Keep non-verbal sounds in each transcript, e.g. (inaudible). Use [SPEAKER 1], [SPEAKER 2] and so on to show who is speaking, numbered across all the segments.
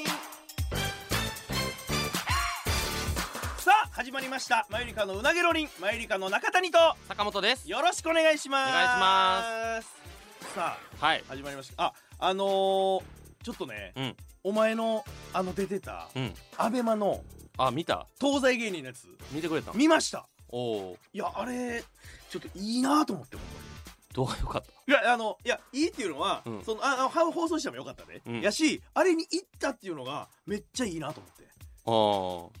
[SPEAKER 1] ん
[SPEAKER 2] さあ始まりましたマユリカのうなげろりんマユリカの中谷と
[SPEAKER 1] 坂本です
[SPEAKER 2] よろしくお願いします
[SPEAKER 1] お願いし
[SPEAKER 2] ますさ
[SPEAKER 1] はい
[SPEAKER 2] あ始まりましたああのー、ちょっとね、
[SPEAKER 1] うん
[SPEAKER 2] お前のあの出てた、
[SPEAKER 1] うん
[SPEAKER 2] アベマの
[SPEAKER 1] あ見た
[SPEAKER 2] 東西芸人のやつ
[SPEAKER 1] 見てくれた
[SPEAKER 2] 見ました
[SPEAKER 1] おお
[SPEAKER 2] いやあれちょっといいなと思って
[SPEAKER 1] どうがよかっ
[SPEAKER 2] いやあのいやいいっていうのは、
[SPEAKER 1] うん
[SPEAKER 2] そのああの放送してもよかったで、
[SPEAKER 1] うん
[SPEAKER 2] やしあれに行ったっていうのがめっちゃいいなと思っ
[SPEAKER 1] た
[SPEAKER 2] て
[SPEAKER 1] ああ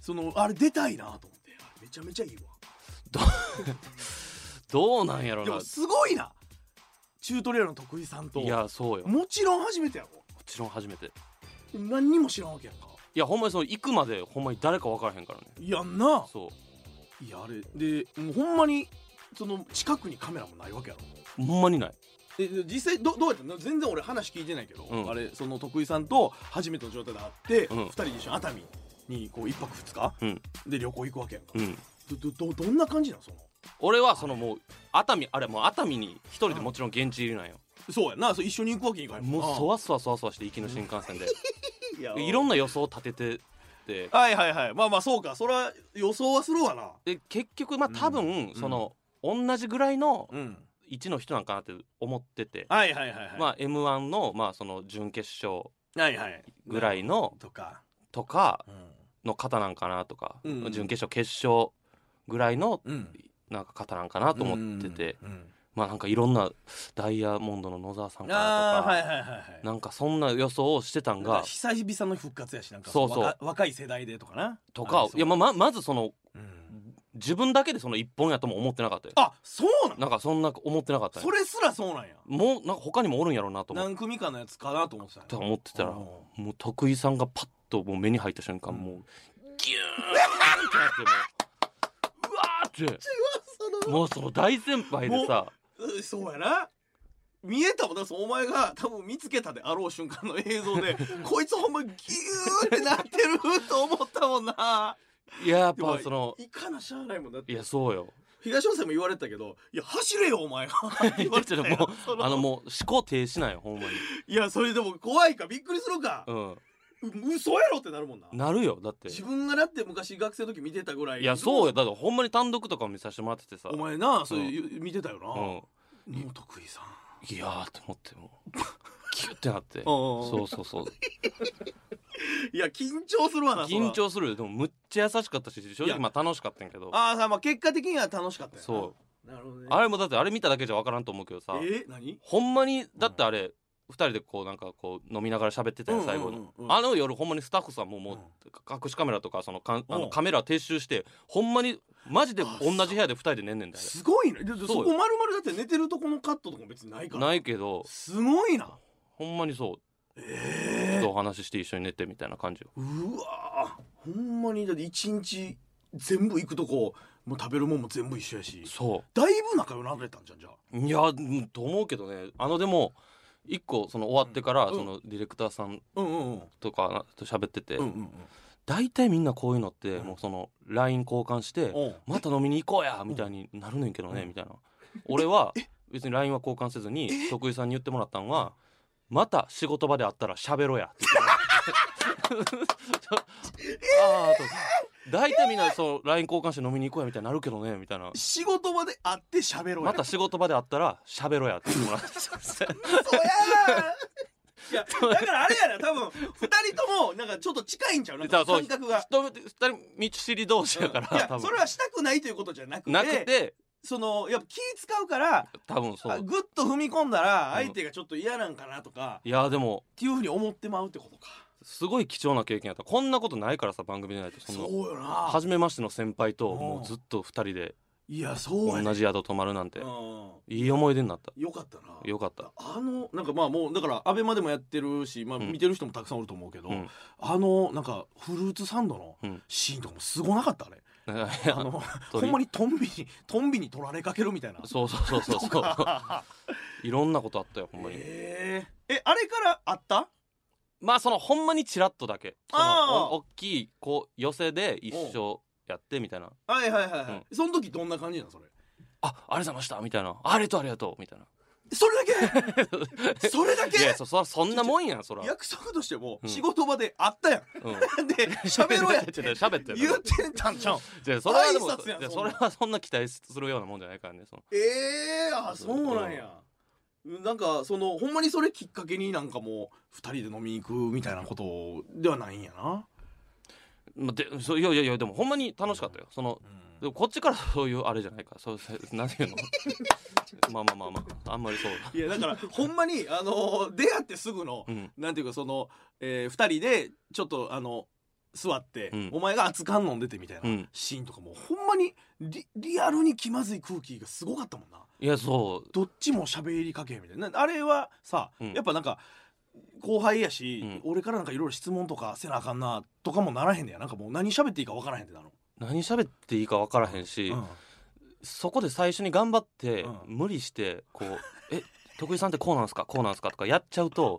[SPEAKER 2] そのあれ出たいなと思ってあれめちゃめちゃいいわ
[SPEAKER 1] どうなんやろ
[SPEAKER 2] でも
[SPEAKER 1] な
[SPEAKER 2] すごいなチュートリアルの徳井さんと
[SPEAKER 1] いやそうよも
[SPEAKER 2] もちろん初めてやろ
[SPEAKER 1] ちろん初めて
[SPEAKER 2] 何にも知らんわけやんか
[SPEAKER 1] いやほんまにその行くまでほんまに誰か分からへんからね
[SPEAKER 2] いやんな
[SPEAKER 1] そ
[SPEAKER 2] いやあれでもうほんまにその近くにカメラもないわけやろ
[SPEAKER 1] うほんまにない
[SPEAKER 2] え実際どどうやったの全然俺話聞いてないけど、
[SPEAKER 1] うん
[SPEAKER 2] あれその徳井さんと初めての状態で会って、
[SPEAKER 1] う
[SPEAKER 2] 二
[SPEAKER 1] ん
[SPEAKER 2] 人で一緒に熱海にこう一泊二日、
[SPEAKER 1] うん
[SPEAKER 2] で旅行行くわけやんか、
[SPEAKER 1] うん
[SPEAKER 2] どどどどんな感じなのその
[SPEAKER 1] 俺はそのもう熱海あれもう熱海に一人でもちろん現地入りなんよ
[SPEAKER 2] そうやんなそう一緒に行くわけにいかへん
[SPEAKER 1] もうそ
[SPEAKER 2] わ
[SPEAKER 1] わそわそわそわして行きの新幹線で
[SPEAKER 2] いや
[SPEAKER 1] いろんな予想を立ててて
[SPEAKER 2] はいはいはいまあまあそうかそれは予想はするわな
[SPEAKER 1] で結局まあ多分、
[SPEAKER 2] うん
[SPEAKER 1] その、同じぐらいの
[SPEAKER 2] うん
[SPEAKER 1] 位置の人なんかなって思ってて、
[SPEAKER 2] はいはいはいはい
[SPEAKER 1] まあ m 1のまあその準決勝
[SPEAKER 2] はいはい
[SPEAKER 1] ぐらいの
[SPEAKER 2] とか、
[SPEAKER 1] とか
[SPEAKER 2] う
[SPEAKER 1] の方なんかなとか、
[SPEAKER 2] うん
[SPEAKER 1] 準決勝決勝ぐらいの
[SPEAKER 2] んうん、
[SPEAKER 1] なんか方なんかなと思ってて、
[SPEAKER 2] うんうん
[SPEAKER 1] まあなんかいろんなダイヤモンドの野沢さんかなと
[SPEAKER 2] ああ
[SPEAKER 1] か、
[SPEAKER 2] はいはいはいはい
[SPEAKER 1] なんかそんな予想をしてたん
[SPEAKER 2] なんか
[SPEAKER 1] が
[SPEAKER 2] 久々の復活やしなんか
[SPEAKER 1] そうそう
[SPEAKER 2] 若若い世代でとかな
[SPEAKER 1] とかいやまあままずその
[SPEAKER 2] うん
[SPEAKER 1] 自分だけでその一本やとも思ってなかったよ
[SPEAKER 2] あそうなん
[SPEAKER 1] なんかそんな思ってなかったよ
[SPEAKER 2] それすらそうなんや
[SPEAKER 1] もうなんか他にもおるんやろうなと思って
[SPEAKER 2] 何組かのやつかなと思ってたんや
[SPEAKER 1] と思ってたら
[SPEAKER 2] うん
[SPEAKER 1] もう徳井さんがパッともう目に入った瞬間、
[SPEAKER 2] うん
[SPEAKER 1] もうギューンってなってもううわーってもうその大先輩でさ
[SPEAKER 2] うんそうやな見えたもんなそうお前が多分見つけたであろう瞬間の映
[SPEAKER 1] (laughs)
[SPEAKER 2] 像でこいつほんまギューってなってると思ったもんない
[SPEAKER 1] ややっ
[SPEAKER 2] でも
[SPEAKER 1] ぱその
[SPEAKER 2] いかなしゃあないもんだって
[SPEAKER 1] いやそうよ
[SPEAKER 2] 東野さんも言われてたけど「いや走れよ
[SPEAKER 1] (laughs)
[SPEAKER 2] お前は」って言 (laughs) われて
[SPEAKER 1] ちょ
[SPEAKER 2] た
[SPEAKER 1] っと
[SPEAKER 2] よ
[SPEAKER 1] も
[SPEAKER 2] そ
[SPEAKER 1] あのもう思考停止なんよほんまに
[SPEAKER 2] いやそれでも怖いかびっくりするか、
[SPEAKER 1] う
[SPEAKER 2] う嘘やろってなるもんなん
[SPEAKER 1] なるよだって
[SPEAKER 2] 自分がだって昔学生の時見てたぐらい
[SPEAKER 1] いやそうよだってほんまに単独とか見させてもらっててさ
[SPEAKER 2] お前なそういう見てたよな、
[SPEAKER 1] うん
[SPEAKER 2] もう得意さん
[SPEAKER 1] いやーって思ってもう (laughs) キュッてなって
[SPEAKER 2] おうおう
[SPEAKER 1] そ
[SPEAKER 2] お
[SPEAKER 1] うそうそ
[SPEAKER 2] (laughs)
[SPEAKER 1] う
[SPEAKER 2] いや緊張するわなそら
[SPEAKER 1] 緊張するよでもむっちゃ優しかったし正
[SPEAKER 2] い
[SPEAKER 1] 直
[SPEAKER 2] や
[SPEAKER 1] まあ楽しかったんやけど
[SPEAKER 2] ああさまあ結果的には楽しかったよな
[SPEAKER 1] そう
[SPEAKER 2] なるほどね
[SPEAKER 1] あれもだってあれ見ただけじゃ分からんと思うけどさ
[SPEAKER 2] えー、何
[SPEAKER 1] ほんまにだってあれ、二人でこうなんかこう飲みながら喋ってたよ最後に、
[SPEAKER 2] うんうんうんうん
[SPEAKER 1] あの夜ほんまにスタッフさんももう、
[SPEAKER 2] うん
[SPEAKER 1] 隠しカメラとかそのかんあ
[SPEAKER 2] う
[SPEAKER 1] の
[SPEAKER 2] ん
[SPEAKER 1] カメラ撤収してほんまにマジで
[SPEAKER 2] あ
[SPEAKER 1] 同じ部屋で二人で寝んねんだよ
[SPEAKER 2] すごいねでで
[SPEAKER 1] そう
[SPEAKER 2] そ
[SPEAKER 1] よ
[SPEAKER 2] こまるまるだって寝てるとこのカットとかも別にないから
[SPEAKER 1] ないけど
[SPEAKER 2] すごいな
[SPEAKER 1] ほんまにそうちょ
[SPEAKER 2] え
[SPEAKER 1] っ
[SPEAKER 2] え
[SPEAKER 1] とお話しして一緒に寝てみたいな感じよ
[SPEAKER 2] うわーほんまにだって一日全部行くとこもう食べるもんも全部一緒やし
[SPEAKER 1] そ
[SPEAKER 2] だいぶ仲良くなれたんじゃんじゃあ
[SPEAKER 1] ういやうんと思うけどねあのでも一個その終わってから、
[SPEAKER 2] うん
[SPEAKER 1] そのディレクターさん
[SPEAKER 2] うんうんうん
[SPEAKER 1] とかと喋ってて、
[SPEAKER 2] うんうん
[SPEAKER 1] 大体みんなこういうのって、
[SPEAKER 2] ん
[SPEAKER 1] もうその LINE 交換して、
[SPEAKER 2] うんうん
[SPEAKER 1] また飲みに行こうやみたいになるねんけどね、
[SPEAKER 2] うん
[SPEAKER 1] みたいな俺は別に LINE は交換せずに徳井さんに言ってもらったんはまた仕事場で会ったら喋ろうやって言ってああと大体みんなそう LINE 交換して飲みに行こうやみたいになるけどねみたいな
[SPEAKER 2] 仕事場で会って (laughs) 喋ろうや
[SPEAKER 1] また仕事場で会ったら喋ろうやって言ってもらって
[SPEAKER 2] そうやいやだからあれや (laughs) な多分二人ともなんかちょっと近いんちゃうなんか
[SPEAKER 1] だからそう
[SPEAKER 2] 感覚が。
[SPEAKER 1] 人二人道知り同士やから、
[SPEAKER 2] いや
[SPEAKER 1] 多
[SPEAKER 2] そ
[SPEAKER 1] 分
[SPEAKER 2] れはしたくないということじゃなくて
[SPEAKER 1] なくて
[SPEAKER 2] そのやっぱ気使うから
[SPEAKER 1] 多分そ
[SPEAKER 2] あ
[SPEAKER 1] う
[SPEAKER 2] グッと踏み込んだら相手がちょっと嫌なんかなとか、っ
[SPEAKER 1] いやでも
[SPEAKER 2] ていうふうに思ってまうってことか
[SPEAKER 1] すごい貴重な経験やったこんなことないからさ番組でないとそ
[SPEAKER 2] そう
[SPEAKER 1] の
[SPEAKER 2] よな
[SPEAKER 1] 初めましての先輩と
[SPEAKER 2] うん
[SPEAKER 1] もうずっと二人で
[SPEAKER 2] いやそうやね
[SPEAKER 1] 同じ宿泊まるなんて
[SPEAKER 2] う
[SPEAKER 1] いい思い出になった
[SPEAKER 2] んよかったな
[SPEAKER 1] よかった (laughs)
[SPEAKER 2] あのなんかまあもうだからアベマでもやってるし、まあ、
[SPEAKER 1] うん
[SPEAKER 2] 見てる人もたくさんおると思うけど、
[SPEAKER 1] うん
[SPEAKER 2] あのなんかフルーツサンドの
[SPEAKER 1] うん
[SPEAKER 2] シーンとかもすごなかったあれ、あのほ
[SPEAKER 1] 鳥
[SPEAKER 2] んまにトンビにトンビに取られかけるみたいな
[SPEAKER 1] そうそうそうそうそういろんなことあったよほんまに、
[SPEAKER 2] ええあれからあった
[SPEAKER 1] まあそのほんまにチラッとだけそ
[SPEAKER 2] あー
[SPEAKER 1] のお大きいこう寄せで一緒やってみたいな
[SPEAKER 2] はいはいはいはい、
[SPEAKER 1] うん
[SPEAKER 2] その時どんな感じなのそれ
[SPEAKER 1] あありがとうございましたみたいなありがとうありがとうみたいな
[SPEAKER 2] それだけそれだけ
[SPEAKER 1] いやそそらそんなもんやんそら、
[SPEAKER 2] 約束としても
[SPEAKER 1] うん
[SPEAKER 2] 仕事場であったやん、
[SPEAKER 1] うん、
[SPEAKER 2] で喋ろうやっ
[SPEAKER 1] (laughs)
[SPEAKER 2] て
[SPEAKER 1] ちょっと喋って
[SPEAKER 2] 言ってたんちゃうん
[SPEAKER 1] じゃあそれはでも
[SPEAKER 2] 挨拶やん
[SPEAKER 1] じゃあ
[SPEAKER 2] そ
[SPEAKER 1] そ
[SPEAKER 2] んな
[SPEAKER 1] れはそんな期待するようなもんじゃないからねその
[SPEAKER 2] ええあそうなんや、なんかそのほんまにそれきっかけになんかもう二人で飲みに行くみたいなことではないんやな、
[SPEAKER 1] まあでそういやいやいやでもほんまに楽しかったよそのでもこっちからそういうあれじゃないからそうせなんていうの (laughs) まあまあまあまああんまりそう
[SPEAKER 2] いやだ (laughs) からほんまにあの出会ってすぐの、
[SPEAKER 1] うん
[SPEAKER 2] なんていうかその、えー、二人でちょっとあの座って、
[SPEAKER 1] うん
[SPEAKER 2] お前が熱燗飲んでてみたいな
[SPEAKER 1] うん
[SPEAKER 2] シーンとかも、ほんまにリリアルに気まずい空気がすごかったもんない
[SPEAKER 1] やそう
[SPEAKER 2] どっちも喋りかけみたいななあれはさ、
[SPEAKER 1] うん
[SPEAKER 2] やっぱなんか後輩やし、
[SPEAKER 1] うん
[SPEAKER 2] 俺からなんかいろいろ質問とかせなあかんなとかもならへんねやなんかもう何喋っていいか分からへんってなの、
[SPEAKER 1] 何喋っていいか分からへんし、
[SPEAKER 2] うん
[SPEAKER 1] そこで最初に頑張って、
[SPEAKER 2] うん
[SPEAKER 1] 無理してこう (laughs) 「え徳井さんってこうなんすかこうなんすか」とかやっちゃうと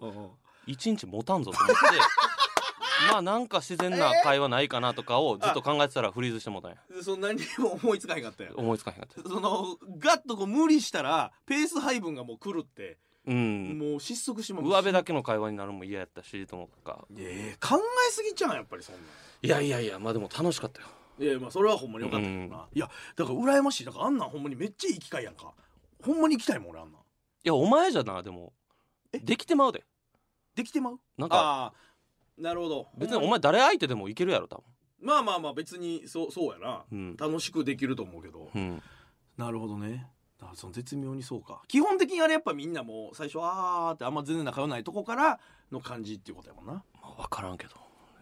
[SPEAKER 2] うん
[SPEAKER 1] 一日持たんぞと思って (laughs) まあなんか自然な会話ないかなとかをずっと考えてたらフリーズしてもうたんや
[SPEAKER 2] でその何にも思いつかへんかったよ
[SPEAKER 1] 思いつかへんかった
[SPEAKER 2] そのガッとこう無理したらペース配分がもう狂って、
[SPEAKER 1] うん
[SPEAKER 2] もう失速しまう
[SPEAKER 1] 上辺だけの会話になるのも嫌やったしと思うか
[SPEAKER 2] えー考えすぎちゃうんやっぱりそんなん
[SPEAKER 1] いやいやいやまあでも楽しかったよ
[SPEAKER 2] いやまあそれはほんまによかったけどな、いやだから羨ましいだからあんなんほんまにめっちゃいい機会やんかほんまに行きたいもん俺あんなん
[SPEAKER 1] いやお前じゃなでもできてまうで
[SPEAKER 2] できてまう
[SPEAKER 1] なんか
[SPEAKER 2] ああーなるほど
[SPEAKER 1] 別にお前誰相手でもいけるやろ多
[SPEAKER 2] まあまあまあ別にそうそうやな、
[SPEAKER 1] 分
[SPEAKER 2] 楽しくできると思うけど、
[SPEAKER 1] うんうん
[SPEAKER 2] なるほどねだからその絶妙にそうか基本的にあれやっぱみんなもう最初あーってあんま全然仲良くないとこからの感じっていうことやもんな
[SPEAKER 1] まあ分からんけど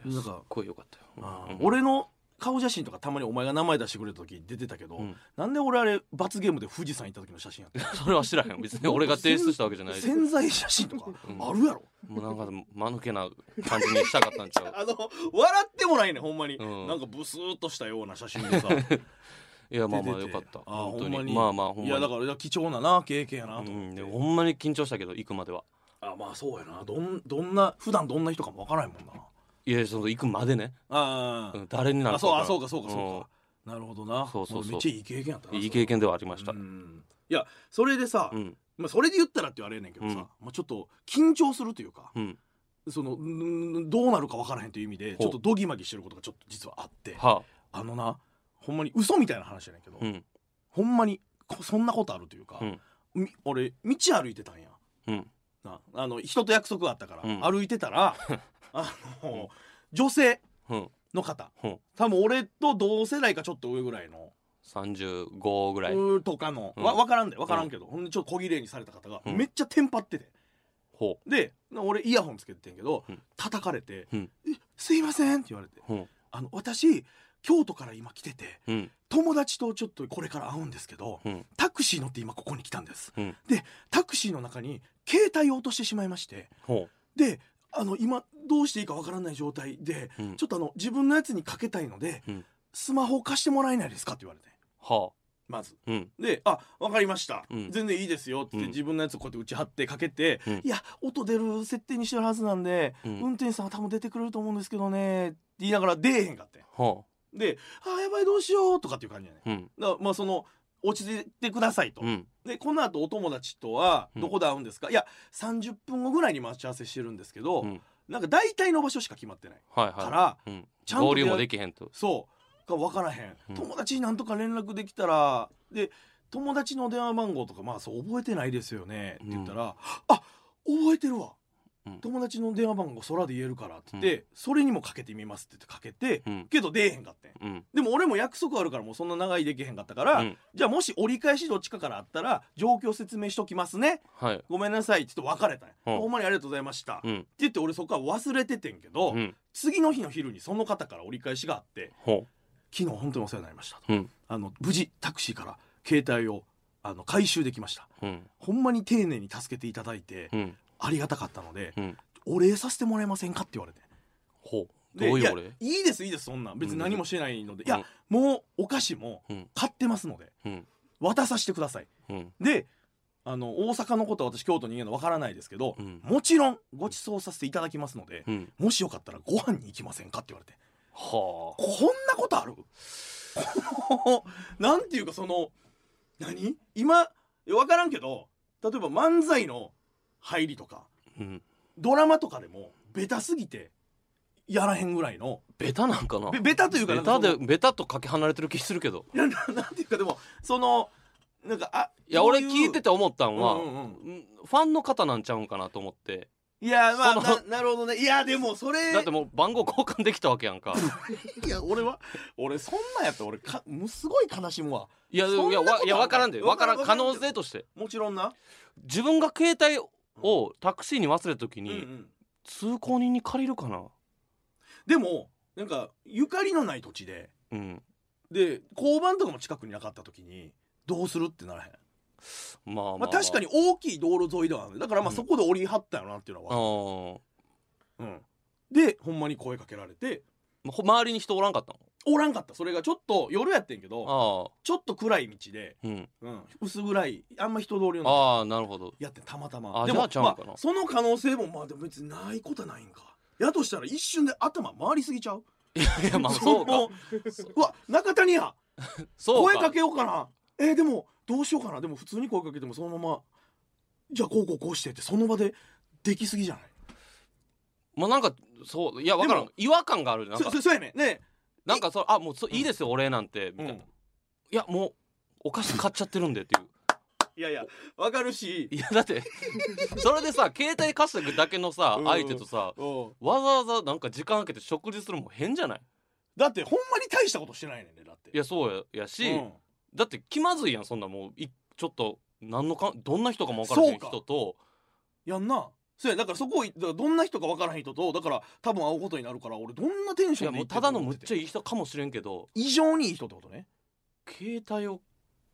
[SPEAKER 2] なん
[SPEAKER 1] す
[SPEAKER 2] か
[SPEAKER 1] っごいよかったよ
[SPEAKER 2] あー
[SPEAKER 1] うん
[SPEAKER 2] 俺の顔写真とかたまにお前が名前出してくれた時出てたけど、
[SPEAKER 1] うん
[SPEAKER 2] なんで俺あれ罰ゲームで富士山行った時の写真や (laughs) った
[SPEAKER 1] それは知らへん別に俺が提出したわけじゃないし
[SPEAKER 2] 潜在写真とか
[SPEAKER 1] うん
[SPEAKER 2] あるやろ、
[SPEAKER 1] もうなんかでも間抜けな感じにしたかったんち
[SPEAKER 2] (laughs)
[SPEAKER 1] ゃう
[SPEAKER 2] あの笑ってもないねほんまに、
[SPEAKER 1] うん
[SPEAKER 2] なんかブスーっとしたような写真 (laughs) でさ
[SPEAKER 1] いやまあ
[SPEAKER 2] 出て
[SPEAKER 1] ま
[SPEAKER 2] て
[SPEAKER 1] あよかった
[SPEAKER 2] あー
[SPEAKER 1] 本当
[SPEAKER 2] ほんまに
[SPEAKER 1] にまあまあほん
[SPEAKER 2] い
[SPEAKER 1] ま
[SPEAKER 2] やだ
[SPEAKER 1] に
[SPEAKER 2] から貴重なな経験やなと
[SPEAKER 1] う
[SPEAKER 2] 思っ
[SPEAKER 1] ん
[SPEAKER 2] て、
[SPEAKER 1] でもほんまに緊張したけど行くまでは
[SPEAKER 2] あまあそうやなどんどんな普段どんな人かもわからないもんない
[SPEAKER 1] やその行くまでね
[SPEAKER 2] あー、
[SPEAKER 1] うん誰になる
[SPEAKER 2] あ
[SPEAKER 1] かわ
[SPEAKER 2] そう
[SPEAKER 1] からん
[SPEAKER 2] あそうかそうかそうか、なるほどな
[SPEAKER 1] そうそうそう
[SPEAKER 2] もめっちゃいい経験やった
[SPEAKER 1] う
[SPEAKER 2] なん
[SPEAKER 1] いい
[SPEAKER 2] それ
[SPEAKER 1] 経験ではありました
[SPEAKER 2] うんいやそれでさ、
[SPEAKER 1] うん
[SPEAKER 2] まあ、それで言ったらって言われんねんけどさ、
[SPEAKER 1] うん
[SPEAKER 2] まあ、ちょっと緊張するというか
[SPEAKER 1] うん
[SPEAKER 2] そのうんどうなるかわからへんという意味でち
[SPEAKER 1] ほ
[SPEAKER 2] ょ
[SPEAKER 1] う
[SPEAKER 2] っとドギマギしてることがちょっと実はあって
[SPEAKER 1] は
[SPEAKER 2] あのなほんまに嘘みたいな話じゃないけど、
[SPEAKER 1] あうん
[SPEAKER 2] ほんまにこそんなことあるというか、
[SPEAKER 1] うん
[SPEAKER 2] み俺道歩いてたんや
[SPEAKER 1] うん
[SPEAKER 2] なあの人と約束があったから、
[SPEAKER 1] うん
[SPEAKER 2] 歩いてた
[SPEAKER 1] (laughs)
[SPEAKER 2] らあの、女性
[SPEAKER 1] うん
[SPEAKER 2] の方
[SPEAKER 1] うん
[SPEAKER 2] 多分俺と同世代かちょっと上ぐらいの、
[SPEAKER 1] 35ぐらいう
[SPEAKER 2] ーとかの、わ
[SPEAKER 1] うん
[SPEAKER 2] 分からんで分からんけど、ほんでちょっと小綺麗にされた方が
[SPEAKER 1] うん
[SPEAKER 2] めっちゃテンパってて、
[SPEAKER 1] ほ
[SPEAKER 2] でな俺イヤホンつけてんけど、
[SPEAKER 1] うん
[SPEAKER 2] 叩かれて
[SPEAKER 1] うん
[SPEAKER 2] えすいません」って言われて
[SPEAKER 1] ううん
[SPEAKER 2] 「あの私京都から今来てて
[SPEAKER 1] うん
[SPEAKER 2] 友達とちょっとこれから会うんですけど
[SPEAKER 1] うん
[SPEAKER 2] タクシー乗って今ここに来たんです」
[SPEAKER 1] うん
[SPEAKER 2] でタクシーの中に携帯を落としてしまいまして
[SPEAKER 1] ほ
[SPEAKER 2] であの今どうしていいかわからない状態で、
[SPEAKER 1] ううん
[SPEAKER 2] ちょっとあの自分のやつにかけたいので、
[SPEAKER 1] うん
[SPEAKER 2] スマホ貸してもらえないですかって言われて
[SPEAKER 1] は
[SPEAKER 2] まず。
[SPEAKER 1] あうん
[SPEAKER 2] で「あわかりました、
[SPEAKER 1] うん
[SPEAKER 2] 全然いいですよ」って
[SPEAKER 1] うん
[SPEAKER 2] 自分のやつこうやって打ち張ってかけて「
[SPEAKER 1] うん
[SPEAKER 2] いや音出る設定にしてるはずなんで、
[SPEAKER 1] うん
[SPEAKER 2] 運転手さんは多分出てくれると思うんですけどね」って言いながら出えへんかってん
[SPEAKER 1] は
[SPEAKER 2] で「あやばいどうしよう」とかっていう感じやね
[SPEAKER 1] あうん
[SPEAKER 2] んだからまあその落ち着いてくださいと、
[SPEAKER 1] うん
[SPEAKER 2] でこの後お友達とは
[SPEAKER 1] うん
[SPEAKER 2] どこで会うんですか、いや30分後ぐらいに待ち合わせしてるんですけど、
[SPEAKER 1] うん
[SPEAKER 2] なんか大体の場所しか決まってない
[SPEAKER 1] はい
[SPEAKER 2] から、
[SPEAKER 1] はいう
[SPEAKER 2] ち
[SPEAKER 1] ん
[SPEAKER 2] ゃんと
[SPEAKER 1] 合流もできへんと
[SPEAKER 2] そうが分からへん、
[SPEAKER 1] うん
[SPEAKER 2] 友達になんとか連絡できたらで友達の電話番号とかまあそう覚えてないですよねって言ったら、あ覚えてるわ
[SPEAKER 1] うん
[SPEAKER 2] 友達の電話番号空で言えるからって言って、それにもかけてみますって言ってかけて、
[SPEAKER 1] うん
[SPEAKER 2] けど出えへんかったんや
[SPEAKER 1] うん
[SPEAKER 2] でも俺も約束あるからもうそんな長いできへんかったから、
[SPEAKER 1] うん
[SPEAKER 2] じゃあもし折り返しどっちかからあったら状況説明しときますね
[SPEAKER 1] はい
[SPEAKER 2] ごめんなさいって言って別れたんや、
[SPEAKER 1] うん
[SPEAKER 2] ほんまにありがとうございました、
[SPEAKER 1] う
[SPEAKER 2] って
[SPEAKER 1] ん
[SPEAKER 2] 言って俺そこから忘れててんけど、
[SPEAKER 1] うん
[SPEAKER 2] 次の日の昼にその方から折り返しがあって
[SPEAKER 1] ほ
[SPEAKER 2] 昨日本当にお世話になりましたと、
[SPEAKER 1] うん
[SPEAKER 2] あの無事タクシーから携帯をあの回収できました
[SPEAKER 1] ううん
[SPEAKER 2] ほんまに丁寧に助けていただいて、
[SPEAKER 1] うん
[SPEAKER 2] ありがたかったので、
[SPEAKER 1] うん
[SPEAKER 2] お礼させてもらえませんかって言われて
[SPEAKER 1] ほう
[SPEAKER 2] で
[SPEAKER 1] どういう
[SPEAKER 2] や
[SPEAKER 1] 俺
[SPEAKER 2] いいですいいですそんなん別に何もしてないので、
[SPEAKER 1] うん
[SPEAKER 2] いやもうお菓子も
[SPEAKER 1] うん
[SPEAKER 2] 買ってますので
[SPEAKER 1] うん
[SPEAKER 2] 渡させてください
[SPEAKER 1] うん
[SPEAKER 2] であの大阪のことは私京都に言うのわからないですけど、
[SPEAKER 1] うん
[SPEAKER 2] もちろんご馳走させていただきますので、
[SPEAKER 1] うん
[SPEAKER 2] もしよかったらご飯に行きませんかって言われて
[SPEAKER 1] は
[SPEAKER 2] こんなことある (laughs) このなんていうかその何今分からんけど例えば漫才の入りとか
[SPEAKER 1] あうん
[SPEAKER 2] ドラマとかでもベタすぎてやらへんぐらいの
[SPEAKER 1] ベタなんかな
[SPEAKER 2] ベベタというか
[SPEAKER 1] ベ
[SPEAKER 2] なんか
[SPEAKER 1] タ
[SPEAKER 2] その
[SPEAKER 1] でベタとかけ離れてる気するけど
[SPEAKER 2] いやな (laughs) なんていうかでもそのなんかあ
[SPEAKER 1] いや
[SPEAKER 2] こう
[SPEAKER 1] 俺
[SPEAKER 2] う
[SPEAKER 1] 聞いてて思ったんは、
[SPEAKER 2] うんうん
[SPEAKER 1] んファンの方なんちゃうんかなと思って
[SPEAKER 2] いやまあ
[SPEAKER 1] その
[SPEAKER 2] なな (laughs) るほどねいやでもそれ
[SPEAKER 1] だってもう番号交換できたわけやん
[SPEAKER 2] (laughs)
[SPEAKER 1] か
[SPEAKER 2] いや俺は俺そんなんやったら俺かもうすごい悲しむわ
[SPEAKER 1] いやでもいや
[SPEAKER 2] そんなことあ
[SPEAKER 1] わ
[SPEAKER 2] る
[SPEAKER 1] いや分からんで分からん
[SPEAKER 2] わ
[SPEAKER 1] 可
[SPEAKER 2] からんわからん
[SPEAKER 1] 能性として
[SPEAKER 2] もちろんな、
[SPEAKER 1] 自分が携帯をタクシーに忘れた時
[SPEAKER 2] うん
[SPEAKER 1] に、
[SPEAKER 2] うん、
[SPEAKER 1] 通行人に借りるかな
[SPEAKER 2] でもなんかゆかりのない土地で
[SPEAKER 1] うん
[SPEAKER 2] で交番とかも近くになかった時にどうするってならへん、
[SPEAKER 1] まあまあ、
[SPEAKER 2] まあ、確かに大きい道路沿いではあるだからまあ
[SPEAKER 1] うん
[SPEAKER 2] そこで降りはったよなっていうの
[SPEAKER 1] あ
[SPEAKER 2] は、
[SPEAKER 1] ー
[SPEAKER 2] うん、でほんまに声かけられて
[SPEAKER 1] まほ周りに人おらんかったの
[SPEAKER 2] おらんかったそれがちょっと夜やってんけ
[SPEAKER 1] あ
[SPEAKER 2] どちょっと暗い道で、
[SPEAKER 1] あうん
[SPEAKER 2] うん、薄暗いあんま人通りのない
[SPEAKER 1] ああなるほ
[SPEAKER 2] (laughs)
[SPEAKER 1] ど
[SPEAKER 2] やってんたまたま
[SPEAKER 1] あ
[SPEAKER 2] で
[SPEAKER 1] じゃ
[SPEAKER 2] も
[SPEAKER 1] あちゃう
[SPEAKER 2] ま
[SPEAKER 1] んかな
[SPEAKER 2] あその可能性もまあでも別にないことはないんかやとしたら一瞬で頭回りすぎちゃう
[SPEAKER 1] いやまあそうか
[SPEAKER 2] のうわ中谷や
[SPEAKER 1] そう
[SPEAKER 2] 声かけようかなえーでもどうしようかなでも普通に声かけてもそのままじゃあこうこうこうしてってその場でできすぎじゃない
[SPEAKER 1] まあなんかそういや分から
[SPEAKER 2] で
[SPEAKER 1] ん違和感があるなん
[SPEAKER 2] そ
[SPEAKER 1] か
[SPEAKER 2] そそうやねんね
[SPEAKER 1] なんかそれあもうそいいですよ、お礼なんてみた
[SPEAKER 2] え、
[SPEAKER 1] いな、いやもうお菓子買っちゃってるんでっていう
[SPEAKER 2] いやいやわかるし
[SPEAKER 1] いやだって
[SPEAKER 2] (laughs)
[SPEAKER 1] それでさ携帯貸してくだけのさ
[SPEAKER 2] うん
[SPEAKER 1] 相手とさ
[SPEAKER 2] うん
[SPEAKER 1] わざわざなんか時間空けて食事するのも変じゃない
[SPEAKER 2] だってほんまに大したことしてないねんねだって
[SPEAKER 1] いやそうややし、
[SPEAKER 2] うん
[SPEAKER 1] だって気まずいやんそんなもういちょっと何のかどんな人かも分からない
[SPEAKER 2] そうか
[SPEAKER 1] 人と
[SPEAKER 2] やんなそうやだからそこをだからどんな人かわからへん人とだから多分会うことになるから俺どんなテン
[SPEAKER 1] い
[SPEAKER 2] ショ
[SPEAKER 1] や
[SPEAKER 2] ンで
[SPEAKER 1] もう
[SPEAKER 2] 行って
[SPEAKER 1] ただのむっちゃ
[SPEAKER 2] ゃ
[SPEAKER 1] いい人かもしれんけど
[SPEAKER 2] 異常にいい人ってことね
[SPEAKER 1] 携帯を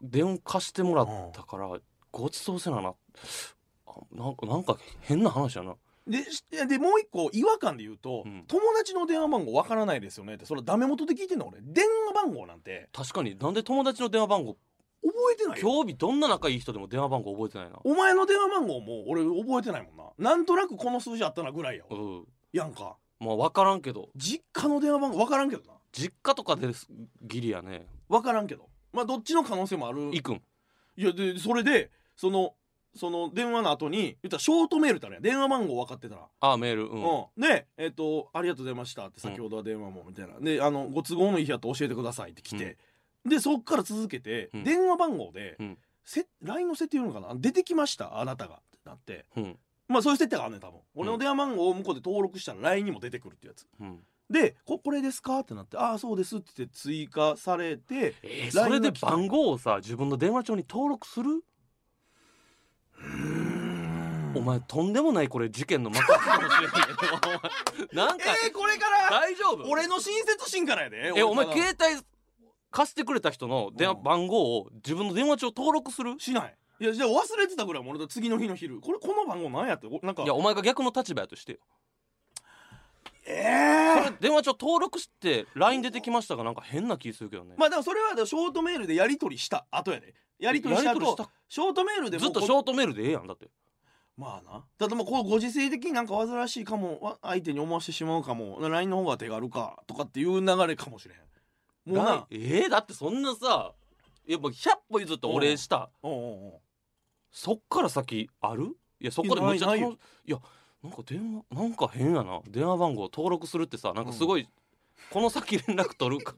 [SPEAKER 1] 電話貸してもらったから、ごちそうせななあなんかなんか変な話やな
[SPEAKER 2] でしでもう一個違和感で言うと、
[SPEAKER 1] うん
[SPEAKER 2] 友達の電話番号わからないですよねってそれはダメ元で聞いてんの俺電話番号なんて
[SPEAKER 1] 確かになんで友達の電話番号
[SPEAKER 2] 覚えてないよ
[SPEAKER 1] 今日日どんな仲いい人でも電話番号覚えてないな
[SPEAKER 2] お前の電話番号も俺覚えてないもんななんとなくこの数字あったなぐらいやわ
[SPEAKER 1] うん
[SPEAKER 2] やんか
[SPEAKER 1] まあ分からんけど
[SPEAKER 2] 実家の電話番号わからんけどな
[SPEAKER 1] 実家とかですギリやね
[SPEAKER 2] わからんけどまあどっちの可能性もある
[SPEAKER 1] いくん
[SPEAKER 2] いやでそれでそのその電話の後に言ったらショートメールってあるやん電話番号分かってたら、
[SPEAKER 1] あメールうん、
[SPEAKER 2] うんでえっ、と「ありがとうございました」って先ほどは電話もみたいな、であの「ご都合のいい日やと教えてください」って来て、でそっから続けて、
[SPEAKER 1] うん
[SPEAKER 2] 電話番号で、
[SPEAKER 1] うん
[SPEAKER 2] せ LINE の設定言うのかな出てきましたあなたがってなって
[SPEAKER 1] うん
[SPEAKER 2] まあそういう設定があんねん多分俺
[SPEAKER 1] う
[SPEAKER 2] の
[SPEAKER 1] ん
[SPEAKER 2] 電話番号を向こうで登録したら LINE にも出てくるってやつ
[SPEAKER 1] うん、
[SPEAKER 2] で「ここれですか?」ってなって「ああそうです」って言って追加されて
[SPEAKER 1] えー
[SPEAKER 2] LINE
[SPEAKER 1] それで
[SPEAKER 2] が来た
[SPEAKER 1] 番号をさ自分の電話帳に登録するお前とんでもないこれ事件の幕開けかもしれんけどお
[SPEAKER 2] (laughs)
[SPEAKER 1] 前なんか、
[SPEAKER 2] えー、これから
[SPEAKER 1] 大丈夫
[SPEAKER 2] 俺の親切心からやで
[SPEAKER 1] えお前
[SPEAKER 2] 俺から
[SPEAKER 1] 携帯貸してくれた人の電話、
[SPEAKER 2] うん
[SPEAKER 1] 番号を自分の電話帳登録する
[SPEAKER 2] しないいやじゃあ忘れてたぐらいもう俺次の日の昼これこの番号なんやっておなんか
[SPEAKER 1] いやお前が逆の立場やとしてよ
[SPEAKER 2] え
[SPEAKER 1] そ
[SPEAKER 2] え
[SPEAKER 1] れ電話帳登録して LINE 出てきましたがなんか変な気するけどね、
[SPEAKER 2] まあでもそれはショートメールでやり取りした後やでやり取りした後
[SPEAKER 1] やり取り
[SPEAKER 2] ショートメールでも
[SPEAKER 1] ずっとショートメールでええやんだって
[SPEAKER 2] まあなだってもうこうご時世的になんか煩わしいかもわ相手に思わせてしまうかも LINE の方が手軽かとかっていう流れかもしれへんもうな
[SPEAKER 1] LINE えー、だってそんなさやっぱ100歩譲ってお礼した、
[SPEAKER 2] おうおうおう
[SPEAKER 1] そっから先あるいやそこでむっちゃ
[SPEAKER 2] な
[SPEAKER 1] 楽
[SPEAKER 2] い
[SPEAKER 1] しい
[SPEAKER 2] ない
[SPEAKER 1] や
[SPEAKER 2] よ
[SPEAKER 1] なんか電話なんか変やな電話番号登録するってさなんかすごいこの先連絡取る
[SPEAKER 2] (laughs)
[SPEAKER 1] か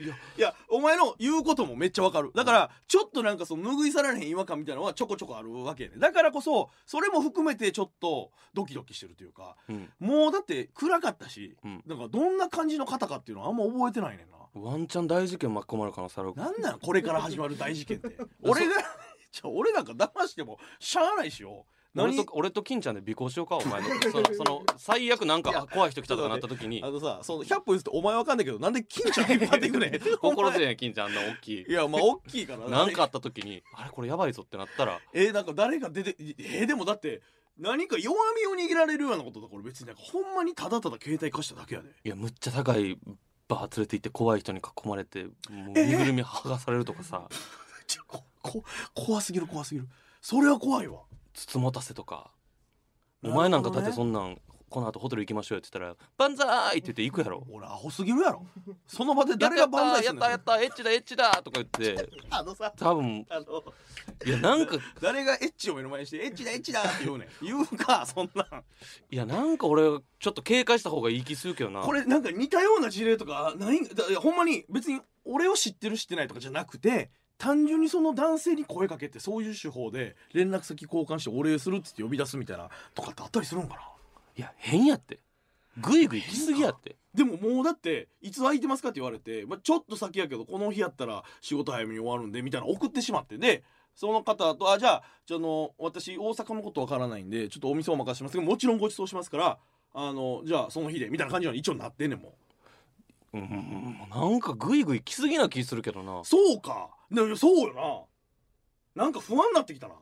[SPEAKER 1] いや
[SPEAKER 2] いやお前の言うこともめっちゃわかるだからちょっとなんかその拭い去られへん違和感みたいなのはちょこちょこあるわけやねだからこそそれも含めてちょっとドキドキしてるというか
[SPEAKER 1] うん
[SPEAKER 2] もうだって暗かったし、
[SPEAKER 1] うん
[SPEAKER 2] なんかどんな感じの方かっていうのはあんま覚えてないねんな
[SPEAKER 1] ワンチャン大事件巻き込まれる可能性ある
[SPEAKER 2] なんなんこれから始まる大事件って
[SPEAKER 1] (laughs)
[SPEAKER 2] 俺がちょ俺なんか騙してもしゃあないしよ
[SPEAKER 1] 俺
[SPEAKER 2] 何
[SPEAKER 1] と俺と金ちゃんで尾行しようかお
[SPEAKER 2] (laughs)
[SPEAKER 1] 前のそのその最悪なんか
[SPEAKER 2] いや
[SPEAKER 1] あ怖い人来たとかなった時に
[SPEAKER 2] あのさその100歩譲ってお前わかんないけどなんで金ちゃん引っ張っていくねん
[SPEAKER 1] (laughs) 心
[SPEAKER 2] お前
[SPEAKER 1] 強いね金ちゃんあんな大きい
[SPEAKER 2] (laughs) いやまあ大きいから
[SPEAKER 1] (laughs) なんかあった時にあれこれやばいぞってなったら
[SPEAKER 2] えー、なんか誰か出てえー、でもだって何か弱みを握られるようなことだから別になんかほんまにただただ携帯貸しただけやで、
[SPEAKER 1] いやむっちゃ高いバー連れて行って怖い人に囲まれてもう身ぐるみ剥がされるとかさ
[SPEAKER 2] ちょここ怖すぎる怖すぎるそれは怖いわ
[SPEAKER 1] つつもたせとかお
[SPEAKER 2] なるほどね
[SPEAKER 1] 前なんかだってそんなんこの後ホテル行きましょうよって言ったら「万歳!」って言って行くやろ。
[SPEAKER 2] 俺アホすぎるやろその場で誰が万歳す
[SPEAKER 1] や
[SPEAKER 2] る
[SPEAKER 1] っ
[SPEAKER 2] ん
[SPEAKER 1] たや
[SPEAKER 2] だ
[SPEAKER 1] ったやったエッチだエッチだとか言って
[SPEAKER 2] あのさ
[SPEAKER 1] 多分
[SPEAKER 2] あの
[SPEAKER 1] いやなんか
[SPEAKER 2] 誰がエッチを目の前にしてエッチだエッチだって言うねん言うかそんなん
[SPEAKER 1] いやなんか俺ちょっと警戒した方がいい気するけどな
[SPEAKER 2] これなんか似たような事例とかないだいやほんまに別に俺を知ってる知ってないとかじゃなくて単純にその男性に声かけてそういう手法で連絡先交換してお礼するっつって呼び出すみたいなとかってあったりするんかない
[SPEAKER 1] や変やってグイグイ来すぎやって
[SPEAKER 2] でももうだっていつ空いてますかって言われて、まあ、ちょっと先やけどこの日やったら仕事早めに終わるんでみたいなの送ってしまってでその方と「あじゃあじゃああの私大阪のことわからないんでちょっとお店お任せしますけどもちろんご馳走しますからあのじゃあその日で」みたいな感じには一応なってんねんもん。
[SPEAKER 1] うんなんかグイグイ来すぎな気するけどな
[SPEAKER 2] そうか。でもそうよな。なんか不安になってきたな。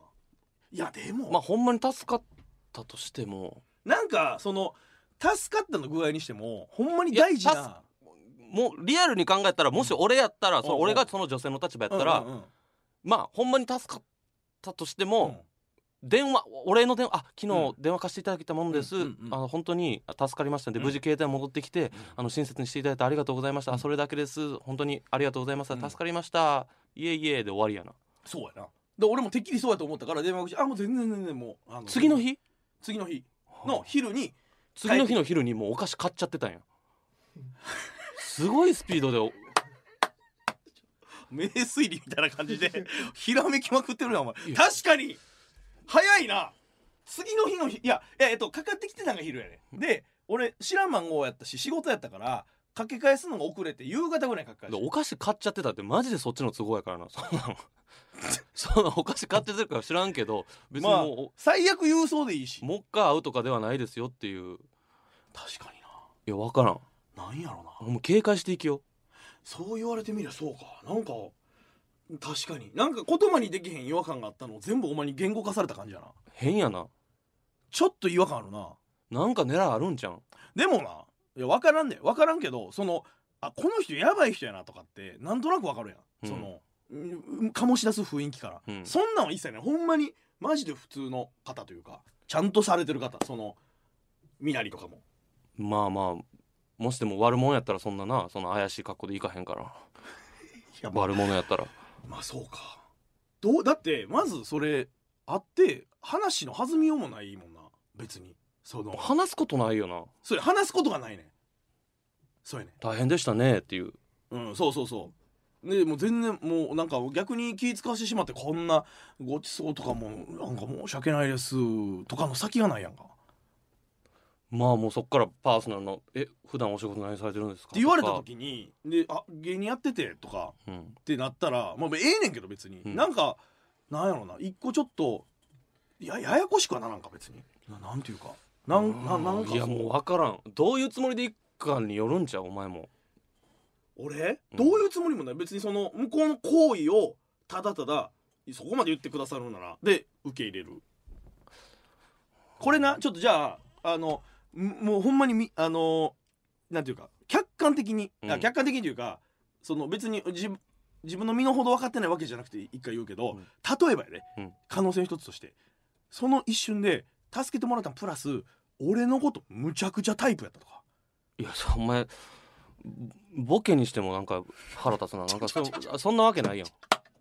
[SPEAKER 2] いや、でも、
[SPEAKER 1] まあほんまに助かったとしても
[SPEAKER 2] なんか、その、助かったの具合にしても、ほんまに大事
[SPEAKER 1] いや
[SPEAKER 2] な。
[SPEAKER 1] もうリアルに考えたらもし俺やったら、その
[SPEAKER 2] うんうん
[SPEAKER 1] 俺がその女性の立場やったら、
[SPEAKER 2] うんうんうん
[SPEAKER 1] まあほんまに助かったとして
[SPEAKER 2] う
[SPEAKER 1] も、電話俺の電話あ昨日電話貸していただけたものです、
[SPEAKER 2] うんうんうん
[SPEAKER 1] あの本当に助かりましたんで
[SPEAKER 2] うん
[SPEAKER 1] 無事携帯戻ってきて、あの親切にしていただいてありがとうございました、あそれだけです本当にありがとうございます、
[SPEAKER 2] うん
[SPEAKER 1] 助かりましたいえいえで終わりやな
[SPEAKER 2] そうやな。で、俺もてっきりそうやと思ったから、電話口あ、もう全然全然もう。あ
[SPEAKER 1] 次の日
[SPEAKER 2] 次の日の昼に、
[SPEAKER 1] 次の日の昼にもうお菓子買っちゃってたんやすごいスピードで
[SPEAKER 2] 名推理みたいな感じで、ひらめきまくってるな、お前。
[SPEAKER 1] いや
[SPEAKER 2] 確かに早いな次の日の日、いや、いやえっと、かかってきてたんが昼やね。で、俺、知らん番号やったし、仕事やったから、かけ返すのが遅れて、夕方ぐらいにかけ返して
[SPEAKER 1] お菓子買っちゃってたってマジでそっちの都合やからなそんな
[SPEAKER 2] (laughs)
[SPEAKER 1] のそんなお菓子買ってるから知らんけど別に
[SPEAKER 2] まあ
[SPEAKER 1] もう、
[SPEAKER 2] 最悪郵送でいいし
[SPEAKER 1] もう一回会うとかではないですよっていう
[SPEAKER 2] 確かに
[SPEAKER 1] いや分からん
[SPEAKER 2] ななんやろな
[SPEAKER 1] もう警戒していきよ
[SPEAKER 2] そう言われてみりゃそうかなんか確かになんか言葉にできへん違和感があったのを全部お前に言語化された感じやな
[SPEAKER 1] 変やな
[SPEAKER 2] ちょっと違和感あるな
[SPEAKER 1] なんか狙いあるんじゃん
[SPEAKER 2] でもないや分からんね分からんけどそのあこの人やばい人やなとかってなんとなく分かるやん、
[SPEAKER 1] うん
[SPEAKER 2] そのうん醸し出す雰囲気から、
[SPEAKER 1] うん
[SPEAKER 2] そんなんは一切ないほんまにマジで普通の方というかちゃんとされてる方そのみなりとかも
[SPEAKER 1] まあまあもしでも悪者やったらそんななその怪しい格好で行かへんから
[SPEAKER 2] やばい
[SPEAKER 1] 悪者やったら
[SPEAKER 2] まあそうかどうだってまずそれあって話の弾みようもないもんな別にその
[SPEAKER 1] 話すことないよな
[SPEAKER 2] それ話すことがないねんそうやね
[SPEAKER 1] 大変でしたねっていう
[SPEAKER 2] うんそうそうそうでもう全然もうなんか逆に気使わしてしまってこんなごちそうとかもなんか申し訳ないですとかの先がないやんかっ
[SPEAKER 1] まあもうそっからパーソナルの「え普段お仕事何されてるんですか?」
[SPEAKER 2] て言われた
[SPEAKER 1] とか
[SPEAKER 2] 時にであ芸人やっててとか
[SPEAKER 1] うん
[SPEAKER 2] ってなったらまあええねんけど別に、
[SPEAKER 1] うん
[SPEAKER 2] なんかなんやろな一個ちょっといやややこしくはななんか別にななんていうかなんななんか
[SPEAKER 1] いやもう分からんどういうつもりで行くかによるんちゃうお前も
[SPEAKER 2] 俺、
[SPEAKER 1] うん
[SPEAKER 2] どういうつもりもない別にその向こうの行為をただただそこまで言ってくださるならで受け入れるこれなちょっとじゃああのんもうほんまにみあのなんていうか客観的に、あ
[SPEAKER 1] うん
[SPEAKER 2] 客観的にというかその別に自分自分の身の程分かってないわけじゃなくて一回言うけど、
[SPEAKER 1] うん
[SPEAKER 2] 例えばやね、
[SPEAKER 1] うん
[SPEAKER 2] 可能性の一つとしてその一瞬で助けてもらったのプラス俺のことむちゃくちゃタイプやったとか
[SPEAKER 1] いやそお前ボケにしてもなんか腹立つななんかそそんなわけないやん
[SPEAKER 2] い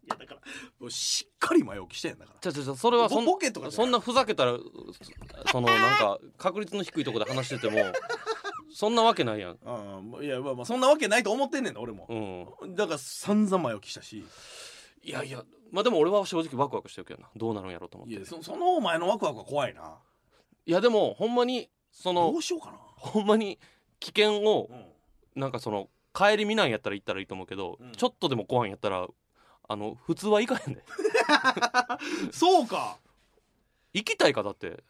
[SPEAKER 2] やだからもうしっかり前置きしてんだから
[SPEAKER 1] じゃじゃじゃそれはそん
[SPEAKER 2] ボボケとかじゃな
[SPEAKER 1] (laughs)
[SPEAKER 2] い
[SPEAKER 1] そんなふざけたらそのなんか確率の低いところで話しててもそんなわけないやん
[SPEAKER 2] ああいやまあまあそんなわけないと思ってんねんな俺も、
[SPEAKER 1] うん
[SPEAKER 2] だから散々前置きしたし
[SPEAKER 1] いやいやまあでも俺は正直ワクワクしてるけどなどうなるんやろうと思っ
[SPEAKER 2] い
[SPEAKER 1] てい
[SPEAKER 2] やそそのお前のワクワクは怖いな
[SPEAKER 1] やでもほんまにその
[SPEAKER 2] どうしようかな
[SPEAKER 1] ほんまに危険を
[SPEAKER 2] うん
[SPEAKER 1] なんかその帰り見ないんやったら行ったらいいと思うけど、
[SPEAKER 2] うん
[SPEAKER 1] ちょっとでも怖いんやったらあの普通は行かへんで (laughs)
[SPEAKER 2] そうか
[SPEAKER 1] 行きたいかだって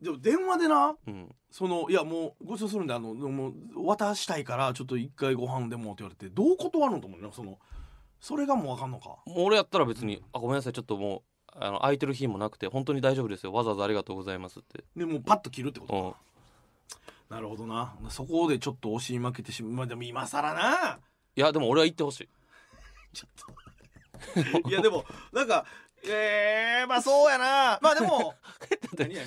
[SPEAKER 2] でも電話でな
[SPEAKER 1] うん
[SPEAKER 2] そのいやもうご馳走するんであのもう渡したいからちょっと一回ご飯でもって言われてどう断るのと思うねそのそれがもう分かんのか
[SPEAKER 1] もう俺やったら別に「あごめんなさいちょっともうあの空いてる日もなくて本当に大丈夫ですよわざわざありがとうございます」って、
[SPEAKER 2] でもうパッと切るってこと
[SPEAKER 1] うん、
[SPEAKER 2] なるほどなそこでちょっと押し負けてしまうまあでも今更ない
[SPEAKER 1] やでも俺は行ってほしい
[SPEAKER 2] いやでもなんかえー、まあそうやなまあで
[SPEAKER 1] (laughs)
[SPEAKER 2] も何何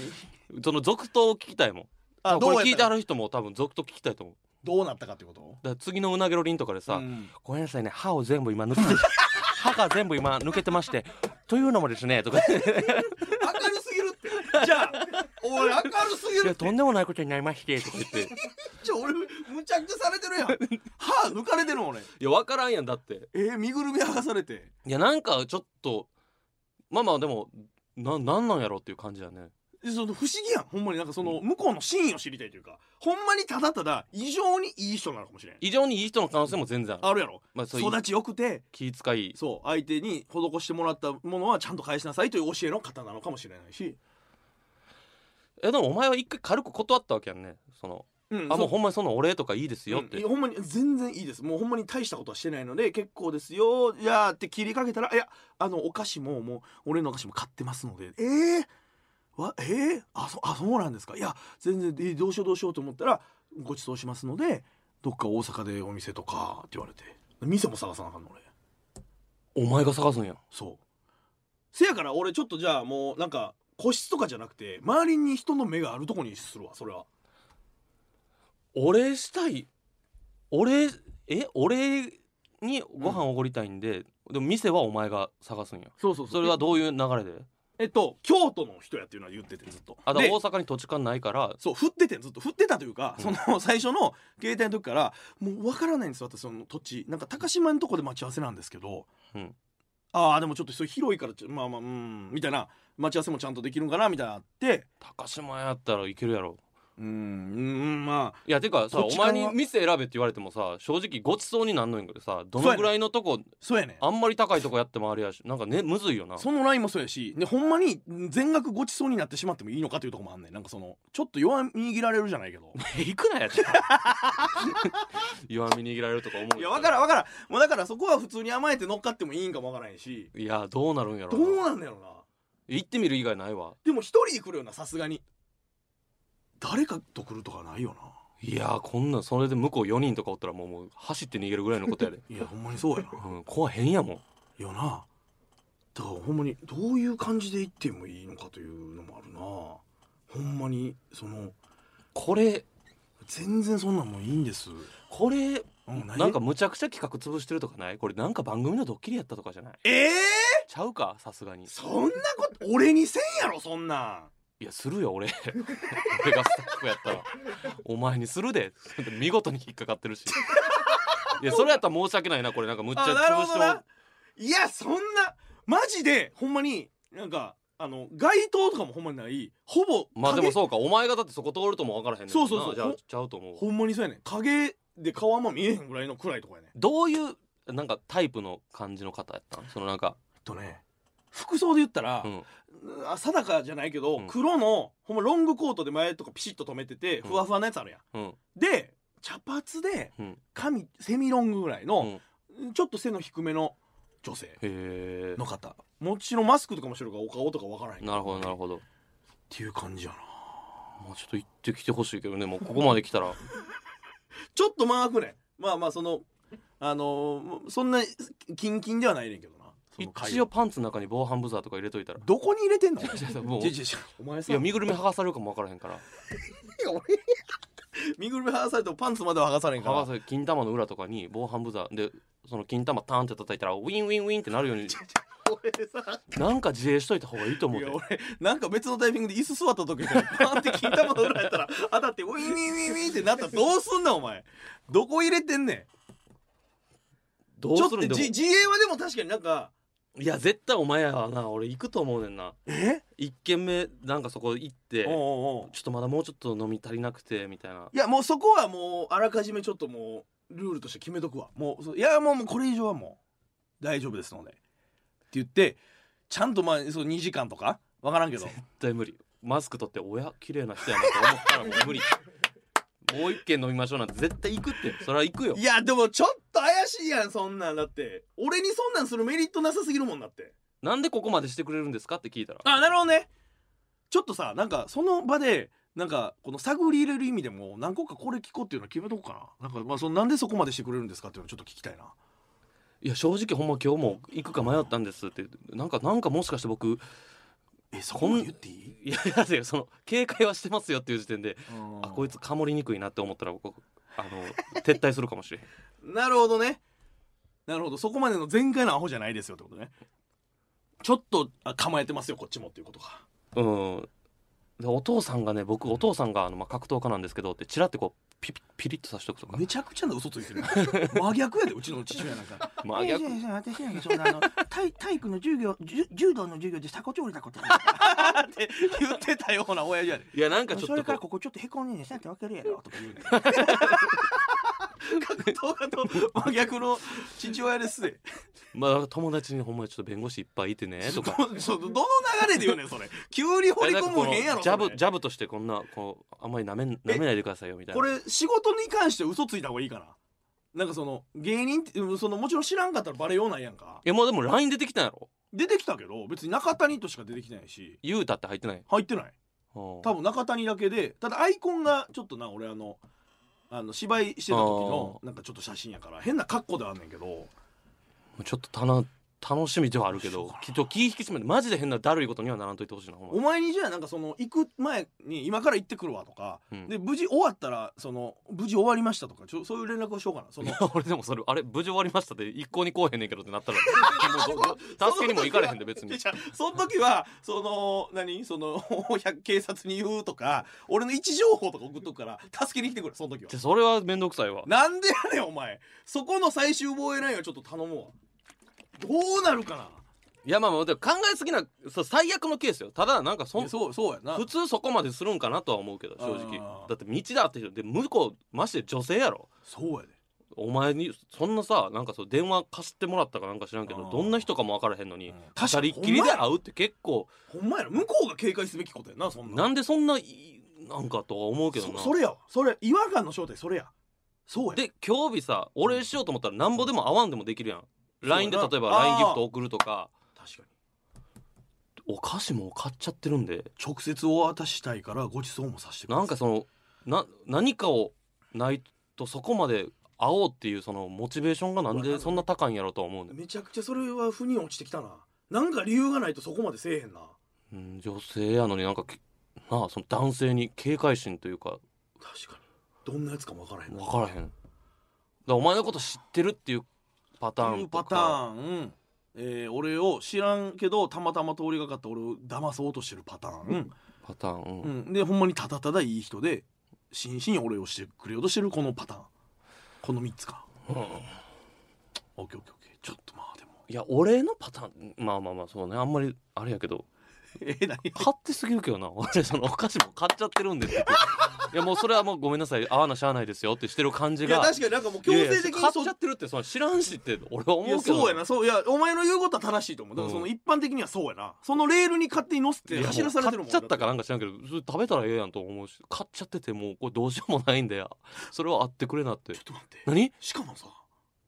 [SPEAKER 1] その続投を聞きたいもん
[SPEAKER 2] あ
[SPEAKER 1] こ
[SPEAKER 2] どう
[SPEAKER 1] れ
[SPEAKER 2] や
[SPEAKER 1] 聞い
[SPEAKER 2] ってた
[SPEAKER 1] ある人も多分続投聞きたいと思う
[SPEAKER 2] どうなったかってこと
[SPEAKER 1] だから次のうなげろりんとかでさ、
[SPEAKER 2] うん
[SPEAKER 1] ごめんなさいね歯を全部今抜け
[SPEAKER 2] (laughs)
[SPEAKER 1] て歯が全部今抜けてましてというのもですねとか
[SPEAKER 2] (laughs)
[SPEAKER 1] い
[SPEAKER 2] 明るすぎるってじゃあ俺明るすぎる
[SPEAKER 1] や
[SPEAKER 2] って
[SPEAKER 1] とんでもないことになりましてとか言って
[SPEAKER 2] ちょ俺むちゃくちゃされてるやん歯抜かれてるもん俺
[SPEAKER 1] いや分からんやんだって
[SPEAKER 2] えー、身ぐるみ剥がされて
[SPEAKER 1] いやなんかちょっとまあまあでもななんなんやろっていう感じだね
[SPEAKER 2] でその不思議やんほんまになんかその向こうの真意を知りたいというかほんまにただただ異常にいい人なのかもしれん
[SPEAKER 1] 異常にいい人の可能性も全然ある
[SPEAKER 2] あるやろ
[SPEAKER 1] まあ、そういう
[SPEAKER 2] 育ちよくて
[SPEAKER 1] 気遣い
[SPEAKER 2] そう相手に施してもらったものはちゃんと返しなさいという教えの方なのかもしれないし、
[SPEAKER 1] えでもお前は一回軽く断ったわけやんねその
[SPEAKER 2] うん
[SPEAKER 1] あもう
[SPEAKER 2] そ
[SPEAKER 1] ほんまにそのお礼とかいいです
[SPEAKER 2] う
[SPEAKER 1] よって、
[SPEAKER 2] うんいやほんまに全然いいですもうほんまに大したことはしてないので結構ですよじゃあって切りかけたらいやあのお菓子ももう俺のお菓子も買ってますのでえー、わえー、あそあそうなんですかいや全然えーどうしようどうしようと思ったらご馳走しますのでどっか大阪でお店とかって言われて店も探さなあかんの俺
[SPEAKER 1] お前が探すんや
[SPEAKER 2] そうせやから俺ちょっとじゃあもうなんか個室とかじゃなくて周りに人の目があるとこにするわそれは
[SPEAKER 1] お礼したいお礼えお礼にご飯おごりたいんで、でも店はお前が探すんや
[SPEAKER 2] そうそう
[SPEAKER 1] それはどういう流れで
[SPEAKER 2] えっと京都の人やっていうのは言っててずっと
[SPEAKER 1] あだから
[SPEAKER 2] で
[SPEAKER 1] 大阪に土地勘ないから
[SPEAKER 2] そう振っててんずっと振ってたというか、
[SPEAKER 1] うん
[SPEAKER 2] その最初の携帯の時からもう分からないんですよ私その土地なんか高島のとこで待ち合わせなんですけど、
[SPEAKER 1] うん
[SPEAKER 2] ああでもちょっとそれ広いからちょまあまあうんみたいな待ち合わせもちゃんとできるんかなみたいなのあって
[SPEAKER 1] 高島屋やったらいけるやろ
[SPEAKER 2] うんうんまあ
[SPEAKER 1] いやてかさ
[SPEAKER 2] 土
[SPEAKER 1] お
[SPEAKER 2] 地勘は
[SPEAKER 1] 前に店選べって言われてもさ正直ごちそうになんのやんけどさどのぐらいのとこ、
[SPEAKER 2] そうやねん
[SPEAKER 1] あんまり高いとこやってもあれやしなんかねむずいよな
[SPEAKER 2] そのラインもそうやしでほんまに全額ごちそうになってしまってもいいのかというところもあんねんなんかそのちょっと弱み握られるじゃないけ
[SPEAKER 1] (laughs)
[SPEAKER 2] ど
[SPEAKER 1] 行くなやつ弱み握られるとか思う
[SPEAKER 2] い
[SPEAKER 1] い
[SPEAKER 2] やわからんわからんもうだからそこは普通に甘えて乗っかってもいいんかもわからへんし
[SPEAKER 1] いやどうなるんやろ
[SPEAKER 2] ど
[SPEAKER 1] な
[SPEAKER 2] うなんだろうな
[SPEAKER 1] 行ってみる以外ないわ
[SPEAKER 2] でも一人で来るよなさすがに誰かと来るとかないよ
[SPEAKER 1] いやこんなんそれで向こう4人とかおったらもうもう走って逃げるぐらいのこと
[SPEAKER 2] (laughs)
[SPEAKER 1] やで、
[SPEAKER 2] ないやほんまにそうやな (laughs)
[SPEAKER 1] うん、怖へんやもん
[SPEAKER 2] よなだからほんまにどういう感じで行ってもいいのかというのもあるなほんまにその
[SPEAKER 1] これ
[SPEAKER 2] 全然そんなんもういいんです、
[SPEAKER 1] これ
[SPEAKER 2] うんない
[SPEAKER 1] なんかむちゃくちゃ企画潰してるとかないこれなんか番組のドッキリやったとかじゃない
[SPEAKER 2] ええ
[SPEAKER 1] ちゃうかさすがに
[SPEAKER 2] そんなこと俺にせんやろそんなん
[SPEAKER 1] いやするよ俺 (laughs) 俺がスタッフやったらお前にするで (laughs) 見事に引っかかってる
[SPEAKER 2] (laughs)
[SPEAKER 1] しいやそれやったら申し訳ないなこれなんかむっちゃ
[SPEAKER 2] あなる
[SPEAKER 1] 潰し
[SPEAKER 2] ほ
[SPEAKER 1] て
[SPEAKER 2] ど
[SPEAKER 1] も
[SPEAKER 2] ないやそんなマジでほんまになんかあの街灯とかもほんまにないほぼ
[SPEAKER 1] まあでも
[SPEAKER 2] う
[SPEAKER 1] そうかお前がだってそこ通るとも分からへんねんもんな
[SPEAKER 2] そうそうそう
[SPEAKER 1] じゃあ
[SPEAKER 2] ほ
[SPEAKER 1] ちゃうと思う
[SPEAKER 2] ほんまにそうやねん影で顔あんま見えへんぐらいの暗いとこやねんえ
[SPEAKER 1] どういうなんかタイプの感じの方やったんそのなんか
[SPEAKER 2] っとね服装で言ったら、
[SPEAKER 1] うん
[SPEAKER 2] あ定かじゃないけど、
[SPEAKER 1] うん
[SPEAKER 2] 黒のほんまロングコートで前とかピシッと止めてて
[SPEAKER 1] うん
[SPEAKER 2] ふわふわなやつあるやん、
[SPEAKER 1] うん
[SPEAKER 2] で茶髪で
[SPEAKER 1] うん
[SPEAKER 2] 髪セミロングぐらいの、ちょっと背の低めの女性
[SPEAKER 1] へえ
[SPEAKER 2] の方もちろんマスクとかもしてるからお顔とかわからへんけ
[SPEAKER 1] なるほどなるほど
[SPEAKER 2] っていう感じやな
[SPEAKER 1] まあちょっと行ってきてほしいけどねもうここまで来たら
[SPEAKER 2] ちょっと間が空くねんまあまあそのあのーそんなキンキンではないねんけどなその会話
[SPEAKER 1] 一応パンツの中に防犯ブザーとか入れとい
[SPEAKER 2] (laughs)
[SPEAKER 1] たら
[SPEAKER 2] どこに入れ
[SPEAKER 1] (laughs)
[SPEAKER 2] てんの
[SPEAKER 1] いやもう
[SPEAKER 2] ちょちょちょお前
[SPEAKER 1] い
[SPEAKER 2] さ
[SPEAKER 1] や身ぐるみ剥がされるかも分からへんから
[SPEAKER 2] いや俺身ぐるみ剥がされてもパンツまでは剥がされんから
[SPEAKER 1] 剥がされ
[SPEAKER 2] (laughs)
[SPEAKER 1] 金玉の裏とかに防犯ブザーでその金玉ターンって叩いたらウィンウィンウィンってなるように
[SPEAKER 2] 俺さ
[SPEAKER 1] なんか自衛しといた方がいいと思
[SPEAKER 2] いうや
[SPEAKER 1] で
[SPEAKER 2] 俺なんか別のタイミングで椅子座った時にパンって金玉の裏やったら (laughs) 当たってウィンウィンウィンウィンってなったらどうすんなお前どこ入れてんねん
[SPEAKER 1] どう
[SPEAKER 2] ちょっ
[SPEAKER 1] す
[SPEAKER 2] と
[SPEAKER 1] るんでも
[SPEAKER 2] じ
[SPEAKER 1] い
[SPEAKER 2] 自衛はでも確かになんか
[SPEAKER 1] や絶対お前やわな俺行くと思うねんな
[SPEAKER 2] え
[SPEAKER 1] 一軒目なんかそこ行って
[SPEAKER 2] お
[SPEAKER 1] ちょ
[SPEAKER 2] うおうおう
[SPEAKER 1] っとまだもうちょっと飲み足りなくてみたいない
[SPEAKER 2] やもうそこはもうあらかじめちょっともうルールとして決めとくわもうそういやもうもうこれ以上はもう大丈夫ですのでって言ってちゃんとまあそう2時間とか分からんけ (laughs) ど
[SPEAKER 1] 絶対無理マスク取って「親綺麗な人やな」と思ったらも
[SPEAKER 2] (laughs)
[SPEAKER 1] う無理もう一軒飲みましょうなんて絶対行くってそれは行くよ
[SPEAKER 2] いやでもちょっと怪しいやんそんなんだって俺にそんなんするメリットなさすぎるもんだって
[SPEAKER 1] なんでここまでしてくれるんですかって聞いたら
[SPEAKER 2] あなるほどねちょっとさなんかその場でなんかこの探り入れる意味でも何個かこれ聞こうっていうのは決めとこうかななんかまあそのなんでそこまでしてくれるんですかっていうのをちょっと聞きたいない
[SPEAKER 1] や正直ほんま今日も行くか迷ったんですってなんかなんかもしかして僕
[SPEAKER 2] えそこまで言っていい、
[SPEAKER 1] いやいやでその警戒はしてますよっていう時点で
[SPEAKER 2] うん
[SPEAKER 1] あこいつかもりにくいなって思ったら僕あの撤退するかもしれん
[SPEAKER 2] なるほどねなるほどそこまでの全開のアホじゃないですよってことねちょっとあ構えてますよこっちもっていうことか
[SPEAKER 1] うんでお父さんがね僕お父さんがあの、まあ、格闘家なんですけどってチラってこうピピピリッとさしとくとか
[SPEAKER 2] めちゃくちゃな嘘ついてる (laughs) 真逆やでうちの父親なんか
[SPEAKER 1] 真逆
[SPEAKER 3] いやいやいや私なんかそんな (laughs) あの体体育の授業柔柔道の授業で鎖骨折れたことない
[SPEAKER 2] って言ってたような親父やで
[SPEAKER 1] いやなんかちょ
[SPEAKER 3] そ
[SPEAKER 1] っ
[SPEAKER 3] れ
[SPEAKER 1] と
[SPEAKER 3] から
[SPEAKER 1] こ
[SPEAKER 3] ここちょっとへこんでんねんさってわけるやろとか言うねん
[SPEAKER 2] 格闘家と真逆の父親ですね
[SPEAKER 1] う、まあ、友達にほんまにちょっと弁護士いっぱいいてねとか
[SPEAKER 2] どそう (laughs) どの流れで言うねんそれ急に掘り込むん変やろ
[SPEAKER 1] ジャ
[SPEAKER 2] そ
[SPEAKER 1] ブ
[SPEAKER 2] れ
[SPEAKER 1] ジャブとしてこんなこうあんまりなめんなめないでくださいよみたいな
[SPEAKER 2] これ仕事に関して嘘ついた方がいいかななんかその芸人ってうんそのもちろん知らんかったらバレようないやんか
[SPEAKER 1] えもうでも LINE 出てきたんやろ
[SPEAKER 2] 出てきたけど別に中谷としか出てきてないし
[SPEAKER 1] ゆうたって入ってない
[SPEAKER 2] 入ってない
[SPEAKER 1] 多
[SPEAKER 2] 多分中谷だけでただアイコンがちょっとな俺あのあの芝居してた時のなんかちょっと写真やから変な格好ではあんねんけど
[SPEAKER 1] ちょっとたな楽しみではあるけどきっと気引き締めてマジで変なだるいことにはならんといてほしいなほんま
[SPEAKER 2] お前にじゃあなんかその行く前に今から行ってくるわとか、
[SPEAKER 1] うん
[SPEAKER 2] で無事終わったらその無事終わりましたとかちょそういう連絡をしようかなそ
[SPEAKER 1] い
[SPEAKER 2] の
[SPEAKER 1] や俺でもそれあれ無事終わりましたって一向にこうへんねんけどってなったらもうどど助けにも行かれへんで別に
[SPEAKER 2] いやその時はその何その警察に言うとか俺の位置情報とか送っとくから助けに来てくれその時は
[SPEAKER 1] じゃそれは面倒くさいわ
[SPEAKER 2] なんでやねんお前そこの最終防衛ラインはちょっと頼むわどうなるかない
[SPEAKER 1] やまあまあでも考えすぎなそう最悪のケースよただなんかそ
[SPEAKER 2] い
[SPEAKER 1] ん
[SPEAKER 2] やそうそうやな
[SPEAKER 1] 普通そこまでするんかなとは思うけど正直
[SPEAKER 2] あー
[SPEAKER 1] だって道だって人で向こうまして女性やろ
[SPEAKER 2] そうやで
[SPEAKER 1] お前にそんなさなんかそう電話貸してもらったかなんか知らんけ
[SPEAKER 2] あ
[SPEAKER 1] ど
[SPEAKER 2] ー
[SPEAKER 1] どんな人かも分からへんのに
[SPEAKER 2] うん
[SPEAKER 1] 二人っきりで会うって結構
[SPEAKER 2] ほんまやろ向こうが警戒すべきことやなそんな
[SPEAKER 1] なんでそんないなんかとは思うけど
[SPEAKER 2] そ
[SPEAKER 1] な
[SPEAKER 2] それやわそれ違和感の正体それやそうや
[SPEAKER 1] で今日日さお礼しようと思ったらなんぼでも会わんでもできるやん
[SPEAKER 2] うやな
[SPEAKER 1] LINE で例えば
[SPEAKER 2] あー
[SPEAKER 1] LINE ギフト送るとか
[SPEAKER 2] 確かに
[SPEAKER 1] お菓子も買っちゃってるんで
[SPEAKER 2] 直接お渡ししたいからごちそうもさせてくだ
[SPEAKER 1] な
[SPEAKER 2] さい
[SPEAKER 1] んかそのな何かをないとそこまで会おうっていうそのモチベーションがなんでそんな高いんやろとは思うねん
[SPEAKER 2] めちゃくちゃそれは腑に落ちてきたななんか理由がないとそこまでせえへんな
[SPEAKER 1] うん女性やのになんかきなあその男性に警戒心というか
[SPEAKER 2] 確かにどんなやつかもわからへん
[SPEAKER 1] 分からへんだからお前のこと知ってるっていうパタ
[SPEAKER 2] ってい
[SPEAKER 1] ー
[SPEAKER 2] う
[SPEAKER 1] ンと
[SPEAKER 2] パタ
[SPEAKER 1] か
[SPEAKER 2] ーン、うんえー俺を知らんけどたまたま通りがかった俺を騙そうとしてるパターン、
[SPEAKER 1] パターンうん
[SPEAKER 2] うんでほんまにただただいい人で真摯に俺をしてくれようとしてるこのパターンこの3つかオッケーオッケーオッケーちょっとまあでも
[SPEAKER 1] いや俺のパターンまあまあまあそうねあんまりあれやけど
[SPEAKER 2] (laughs) えー、何
[SPEAKER 1] 買ってすぎるけどな (laughs) 俺そのお菓子も買っちゃってるんでって言 (laughs) っていやもうそれはもうごめんなさい合わなしゃあないですよってしてる感じ
[SPEAKER 2] いや
[SPEAKER 1] が
[SPEAKER 2] 確かになんかもう強制的
[SPEAKER 1] いやいや買
[SPEAKER 2] に
[SPEAKER 1] っちゃってるってその知らんしって俺は思う
[SPEAKER 2] い
[SPEAKER 1] けど
[SPEAKER 2] やそうやなそういやお前の言うことは正しいと思うだからその
[SPEAKER 1] うん
[SPEAKER 2] 一般的にはそうやなそのレールに勝手に乗せ
[SPEAKER 1] い
[SPEAKER 2] て
[SPEAKER 1] やもう
[SPEAKER 2] 走らされてるもん
[SPEAKER 1] 買っちゃったか
[SPEAKER 2] だ
[SPEAKER 1] なんか知らんけどそれ食べたらええやんと思うし買っちゃっててもうこれどうしようもないんだよそれはあってくれなって
[SPEAKER 2] てちょっと待って
[SPEAKER 1] 何
[SPEAKER 2] しかもさ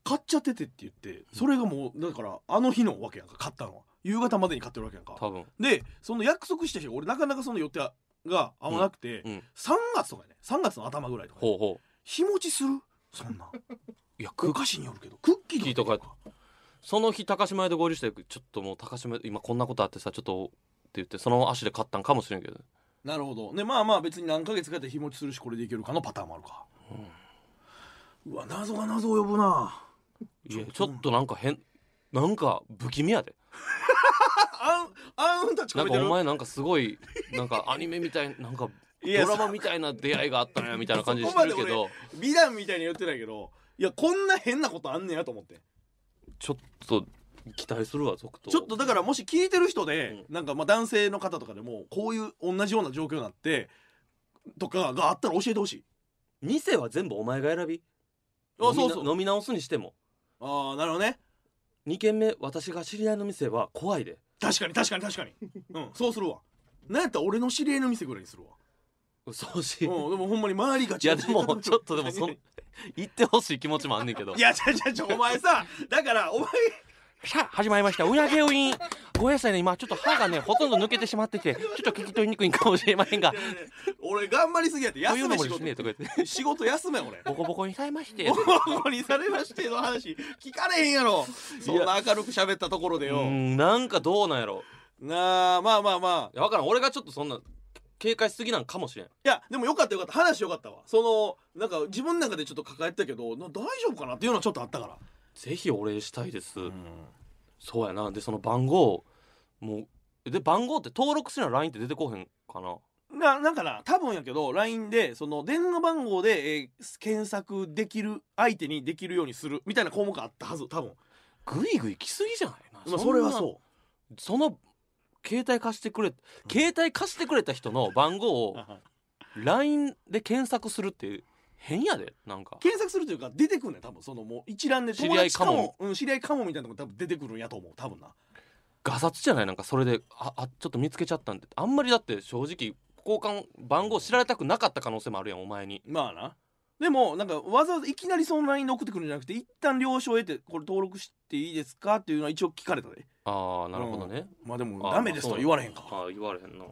[SPEAKER 2] 買っちゃっててって言ってそれがもうだからあの日のわけやんか買ったのは夕方までに買ってるわけやんか
[SPEAKER 1] 多分
[SPEAKER 2] でその約束した日俺なかなかその予定が合わなくて、
[SPEAKER 1] うんうん
[SPEAKER 2] 3月とかやね3月の頭ぐらいとかね、
[SPEAKER 1] ほうほ
[SPEAKER 2] 日持ちするそんな
[SPEAKER 1] ういや
[SPEAKER 2] お
[SPEAKER 1] ク
[SPEAKER 2] 菓子によるけどクッキーとか
[SPEAKER 1] クッキその日高島屋で合流してちょっともう高島屋今こんなことあってさちょっとって言ってその足で買ったんかもしれんけど
[SPEAKER 2] なるほどねまあまあ別に何ヶ月かやって日持ちするしこれでいけるかのパターンもあるか、うわ謎が謎を呼ぶない
[SPEAKER 1] やちょっとなんか変なんか不気味やで
[SPEAKER 2] あんあんたち
[SPEAKER 1] な
[SPEAKER 2] 込
[SPEAKER 1] ん
[SPEAKER 2] め
[SPEAKER 1] か
[SPEAKER 2] て
[SPEAKER 1] お
[SPEAKER 2] る
[SPEAKER 1] 前なんかすごいなんかアニメみたいなんか
[SPEAKER 2] い
[SPEAKER 1] ド
[SPEAKER 2] や
[SPEAKER 1] ラマみたいな出会いがあったなみたいな感じに
[SPEAKER 2] そ
[SPEAKER 1] し
[SPEAKER 2] こま
[SPEAKER 1] て
[SPEAKER 2] で
[SPEAKER 1] るけど
[SPEAKER 2] 美談みたいに言ってないけどいやこんな変なことあんねやと思って
[SPEAKER 1] ちょっと期待するわ続投
[SPEAKER 2] ちょっとだからもし聞いてる人で、なんかまあ男性の方とかでもこういう同じような状況になってとかがあったら教えてほしい
[SPEAKER 1] 店は全部お前が選び
[SPEAKER 2] あそう
[SPEAKER 1] 飲み
[SPEAKER 2] そう
[SPEAKER 1] な飲み直すにしても
[SPEAKER 2] ああなるほどね
[SPEAKER 1] 2軒目私が知り合いの店は怖いで
[SPEAKER 2] 確かに確かに確かにうんそうするわなんやったら俺の知り合いの店ぐらいにするわ
[SPEAKER 1] そうし、
[SPEAKER 2] うんでもほんまに周りが
[SPEAKER 1] いやで (laughs) もちょっとでもそん
[SPEAKER 2] い
[SPEAKER 1] 言ってほしい気持ちもあんねんけど
[SPEAKER 2] やちゃちゃちゃお前さだからお前
[SPEAKER 1] さあ始まりました裏毛ウィンご野菜ね今ちょっと歯がねほとんど抜けてしまっててちょっと聞き取りにくいかもしれませんが
[SPEAKER 2] 俺頑張りすぎやって
[SPEAKER 1] こうい
[SPEAKER 2] 休
[SPEAKER 1] うの
[SPEAKER 2] め
[SPEAKER 1] も
[SPEAKER 2] 仕
[SPEAKER 1] です
[SPEAKER 2] 事、
[SPEAKER 1] ねとか言って
[SPEAKER 2] 仕事休
[SPEAKER 1] (laughs)
[SPEAKER 2] め俺
[SPEAKER 1] ボコボコにされまして
[SPEAKER 2] ボコにされましての話聞かれへんやろそんな明るく喋ったところで
[SPEAKER 1] (laughs) う
[SPEAKER 2] よ
[SPEAKER 1] んなんかどうなんやろ
[SPEAKER 2] なあまあまあまあ
[SPEAKER 1] いやわからん俺がちょっとそんな警戒しすぎなんかもしれん
[SPEAKER 2] いやでもよかったよかった話よかったわそのなんか自分の中でちょっと抱えてたけどな大丈夫かなっていうのはちょっとあったから
[SPEAKER 1] ぜひお礼したいです、そうやなでその番号もうで番号って登録するの LINE って出てこへんかな
[SPEAKER 2] ななんかな多分やけど LINE でその電話番号で、えー検索できる相手にできるようにするみたいな項目あったはず多分
[SPEAKER 1] グイグイ来すぎじゃないな
[SPEAKER 2] まあ
[SPEAKER 1] んな
[SPEAKER 2] それはそ
[SPEAKER 1] その携帯貸してくれ携帯貸してくれた人の番号
[SPEAKER 2] う
[SPEAKER 1] を LINE で検索するって変やでなんか
[SPEAKER 2] 検索するというか出てくるね多分そのもう一覧で
[SPEAKER 1] 知り合いかも
[SPEAKER 2] 友達うん、知り合いかもみたいなのが多分出てくるんやと思う多分な
[SPEAKER 1] ガサツじゃないなんかそれでああちょっと見つけちゃったんであんまりだって正直交換番号知られたくなかった可能性もあるやんお前に
[SPEAKER 2] まあなでもなんかわざわざいきなりその LINE で送ってくるんじゃなくて一旦了承を得てこれ登録していいですかっていうのは一応聞かれたで
[SPEAKER 1] ああなるほどね、
[SPEAKER 2] まあでも
[SPEAKER 1] あー
[SPEAKER 2] ダメですとは言われへん
[SPEAKER 1] まあ
[SPEAKER 2] か
[SPEAKER 1] そうあー言われへんな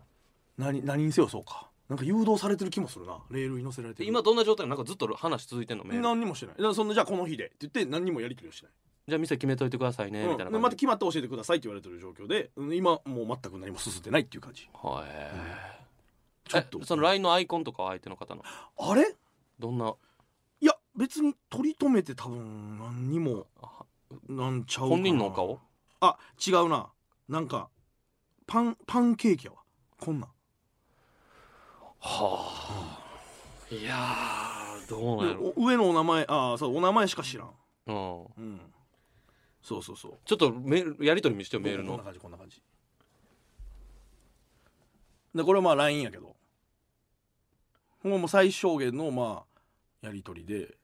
[SPEAKER 2] 何何にせよそうかなんか誘導されてる気もするなレールに乗せられて
[SPEAKER 1] で
[SPEAKER 2] る
[SPEAKER 1] 今どんな状態なのなんかずっと話続いてんのメール
[SPEAKER 2] 何にもしてないだからそんなじゃあこの日でって言って何にもやり取りをしない
[SPEAKER 1] じゃあ店決めといてくださいね、みたい
[SPEAKER 2] うん
[SPEAKER 1] な
[SPEAKER 2] で
[SPEAKER 1] 感
[SPEAKER 2] ま
[SPEAKER 1] じ
[SPEAKER 2] た決まって教えてくださいって言われてる状況でうん今もう全く何も進んでないっていう感じ
[SPEAKER 1] はい、え
[SPEAKER 2] ちょっと
[SPEAKER 1] その LINE のアイコンとかは相手の方の
[SPEAKER 2] あれ
[SPEAKER 1] どんない
[SPEAKER 2] や別に取り留めて多分何にも
[SPEAKER 1] あ
[SPEAKER 2] なんちゃうかな
[SPEAKER 1] 本人のお顔
[SPEAKER 2] あ違うななんかパンパンケーキやわこんなん
[SPEAKER 1] はあいやーどうなんやろ
[SPEAKER 2] でお上のお名前ああそうお名前しか知らん
[SPEAKER 1] うん
[SPEAKER 2] うんそうそうそう
[SPEAKER 1] ちょっとメールやり取り見せてよメール
[SPEAKER 2] こん
[SPEAKER 1] の
[SPEAKER 2] な感じこんな感じでこれはまあ LINE やけどもうもう最小限のまあやり取りで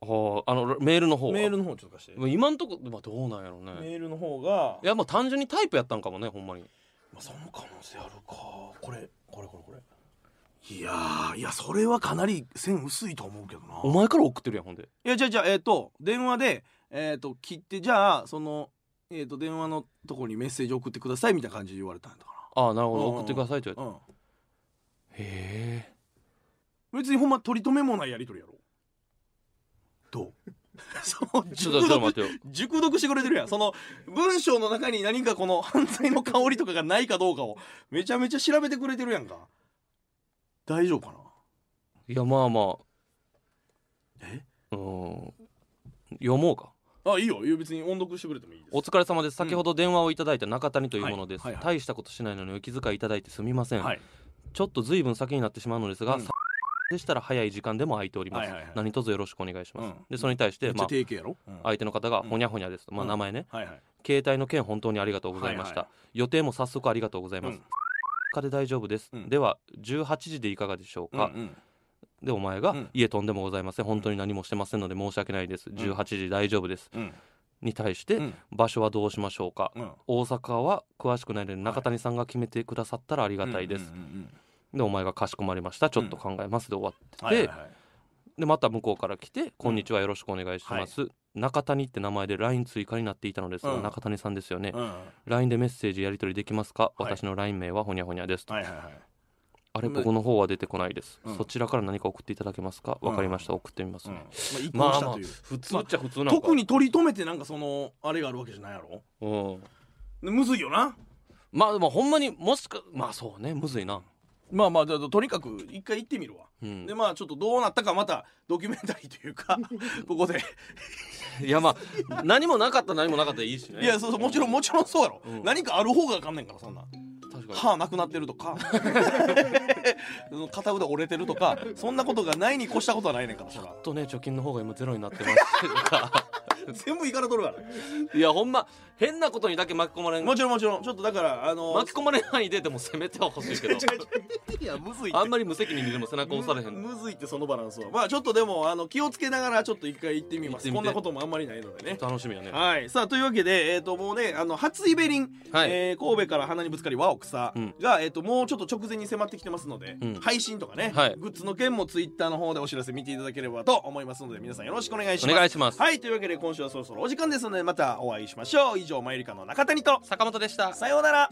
[SPEAKER 1] はああのメールの方は
[SPEAKER 2] メールの方ちょっと貸して、
[SPEAKER 1] まあ今んとこ、まあ、どうなんやろうね
[SPEAKER 2] メールの方が
[SPEAKER 1] いやもう単純にタイプやったんかもねほんまに
[SPEAKER 2] まあ、その可能性あるかこれこれこれこれいやーいやそれはかなり線薄いと思うけどな
[SPEAKER 1] お前から送ってるやんほんで
[SPEAKER 2] いやじゃあじゃあえっ、と電話でえっ、と切ってじゃあそのえっ、と電話のとこにメッセージ送ってくださいみたいな感じで言われたんだか
[SPEAKER 1] ああなるほど
[SPEAKER 2] うんうん
[SPEAKER 1] 送ってくださいって言わ
[SPEAKER 2] らうん
[SPEAKER 1] れてへ
[SPEAKER 2] 別にほんま取り留めもないやり取りやろどう (laughs) そう
[SPEAKER 1] えちょっとちょ
[SPEAKER 2] 熟
[SPEAKER 1] っと
[SPEAKER 2] 読
[SPEAKER 1] 待ってよ
[SPEAKER 2] 熟読してくれてるやんその文章の中に何かこの犯罪の香りとかがないかどうかをめちゃめちゃ調べてくれてるやんか大丈夫かない
[SPEAKER 1] やまあまあ
[SPEAKER 2] え
[SPEAKER 1] うん読もうか
[SPEAKER 2] あいいよいいよ別に音読してくれてもいいです
[SPEAKER 1] お疲れ様です先ほど電話をいただいた中谷というものです、
[SPEAKER 2] はいはいはい
[SPEAKER 1] 大したことしないのにお気遣いいただいてすみません、
[SPEAKER 2] はい
[SPEAKER 1] ちょっとずいぶん先になってしまうのですが、
[SPEAKER 2] うん
[SPEAKER 1] さでしたら早い時間でも空いております、
[SPEAKER 2] はいはいはい
[SPEAKER 1] 何卒よろしくお願いします、
[SPEAKER 2] うん
[SPEAKER 1] でそれに対して、
[SPEAKER 2] めっちゃ
[SPEAKER 1] まあ、
[SPEAKER 2] 定型やろ、うん
[SPEAKER 1] 相手の方が
[SPEAKER 2] うん
[SPEAKER 1] ほにゃほにゃですと、まあ
[SPEAKER 2] うん
[SPEAKER 1] 名前ね、
[SPEAKER 2] はいはい
[SPEAKER 1] 携帯の件本当にありがとうございました、
[SPEAKER 2] はいは
[SPEAKER 1] 予定も早速ありがとうございます、
[SPEAKER 2] うん
[SPEAKER 1] かで大丈夫です、
[SPEAKER 2] うん
[SPEAKER 1] では18時でいかがでしょうか、
[SPEAKER 2] うんうん
[SPEAKER 1] でお前が、
[SPEAKER 2] うん
[SPEAKER 1] 家とんでもございません本当に何もしてませんので申し訳ないです18時大丈夫です、
[SPEAKER 2] うん
[SPEAKER 1] に対して、
[SPEAKER 2] うん
[SPEAKER 1] 場所はどうしましょうか、
[SPEAKER 2] うん
[SPEAKER 1] 大阪は詳しくないので中谷さんが決めてくださったらありがたいです、
[SPEAKER 2] うんうんうん
[SPEAKER 1] でお前がかしこまりましたちょっと考えますで終わってて、
[SPEAKER 2] はいはいはい
[SPEAKER 1] でまた向こうから来て「こんにちはよろしくお願いします」中谷って名前で LINE 追加になっていたのですが、
[SPEAKER 2] うん
[SPEAKER 1] 中谷さんですよね、
[SPEAKER 2] うんはい
[SPEAKER 1] LINE でメッセージやり取りできますか、
[SPEAKER 2] はい
[SPEAKER 1] 私の LINE 名はほにゃほにゃですと、
[SPEAKER 2] はいはい
[SPEAKER 1] あれ僕の方は出てこないです、
[SPEAKER 2] うん
[SPEAKER 1] そちらから何か送っていただけますか
[SPEAKER 2] うん
[SPEAKER 1] わかりました送ってみます
[SPEAKER 2] うんま
[SPEAKER 1] ね、
[SPEAKER 2] あ一
[SPEAKER 1] まあ
[SPEAKER 2] 貫した
[SPEAKER 1] まあ
[SPEAKER 2] という、
[SPEAKER 1] 普通っちゃ普通なのか、
[SPEAKER 2] 特に取り留めてなんかそのあれがあるわけじゃないやろ
[SPEAKER 1] うん
[SPEAKER 2] でむずいよな
[SPEAKER 1] まあでもほんまにもしかまあそうねむず
[SPEAKER 2] (laughs)
[SPEAKER 1] いな
[SPEAKER 2] まあまあだからとにかく一回行ってみるわ、
[SPEAKER 1] うん (laughs)
[SPEAKER 2] でまあちょっとどうなったかまたドキュメンタリーというかここで
[SPEAKER 1] いやまあ何もなかったら何もなかったでいいしね
[SPEAKER 2] いやそうそうもちろんもちろんそうやろ、
[SPEAKER 1] うん
[SPEAKER 2] 何かある方があかんねんからそんなん
[SPEAKER 1] 確かに
[SPEAKER 2] 歯なくなってると (laughs) かその片腕折れてるとかそんなことがないに越したことはないねんからそら
[SPEAKER 1] ちょっとね貯金の方が今ゼロになってますとか
[SPEAKER 2] (laughs) 全部いからとるわ
[SPEAKER 1] いやほんま変なことにだけ巻き込まれん
[SPEAKER 2] もちろんもちろんちょっとだからあの
[SPEAKER 1] 巻き込まれないででも攻めてはほし
[SPEAKER 2] (laughs)
[SPEAKER 1] いけど
[SPEAKER 2] いやむずいって
[SPEAKER 1] あんまり無責任にでも背中押されへん
[SPEAKER 2] むむずいってそのバランスはまあちょっとでもあの気をつけながらちょっと一回行ってみま
[SPEAKER 1] 行って
[SPEAKER 2] す
[SPEAKER 1] みて
[SPEAKER 2] こんなこともあんまりないのでね
[SPEAKER 1] 楽しみやね
[SPEAKER 2] はいさあというわけでえっ、ともうねあの初イベリン、
[SPEAKER 1] はい
[SPEAKER 2] えー神戸から鼻にぶつかり和奥草
[SPEAKER 1] うん
[SPEAKER 2] が、えっ、ともうちょっと直前に迫ってきてますので、
[SPEAKER 1] うん
[SPEAKER 2] 配信とかね、
[SPEAKER 1] はい
[SPEAKER 2] グッズの件もツイッターの方でお知らせ見ていただければと思いますので皆さんよろしくお願いし
[SPEAKER 1] お
[SPEAKER 2] ます
[SPEAKER 1] 願いします
[SPEAKER 2] はいというわけで今週はそろそろお時間ですのでまたお会いしましょう以上マユリカの中谷と
[SPEAKER 1] 坂本でした
[SPEAKER 2] さようなら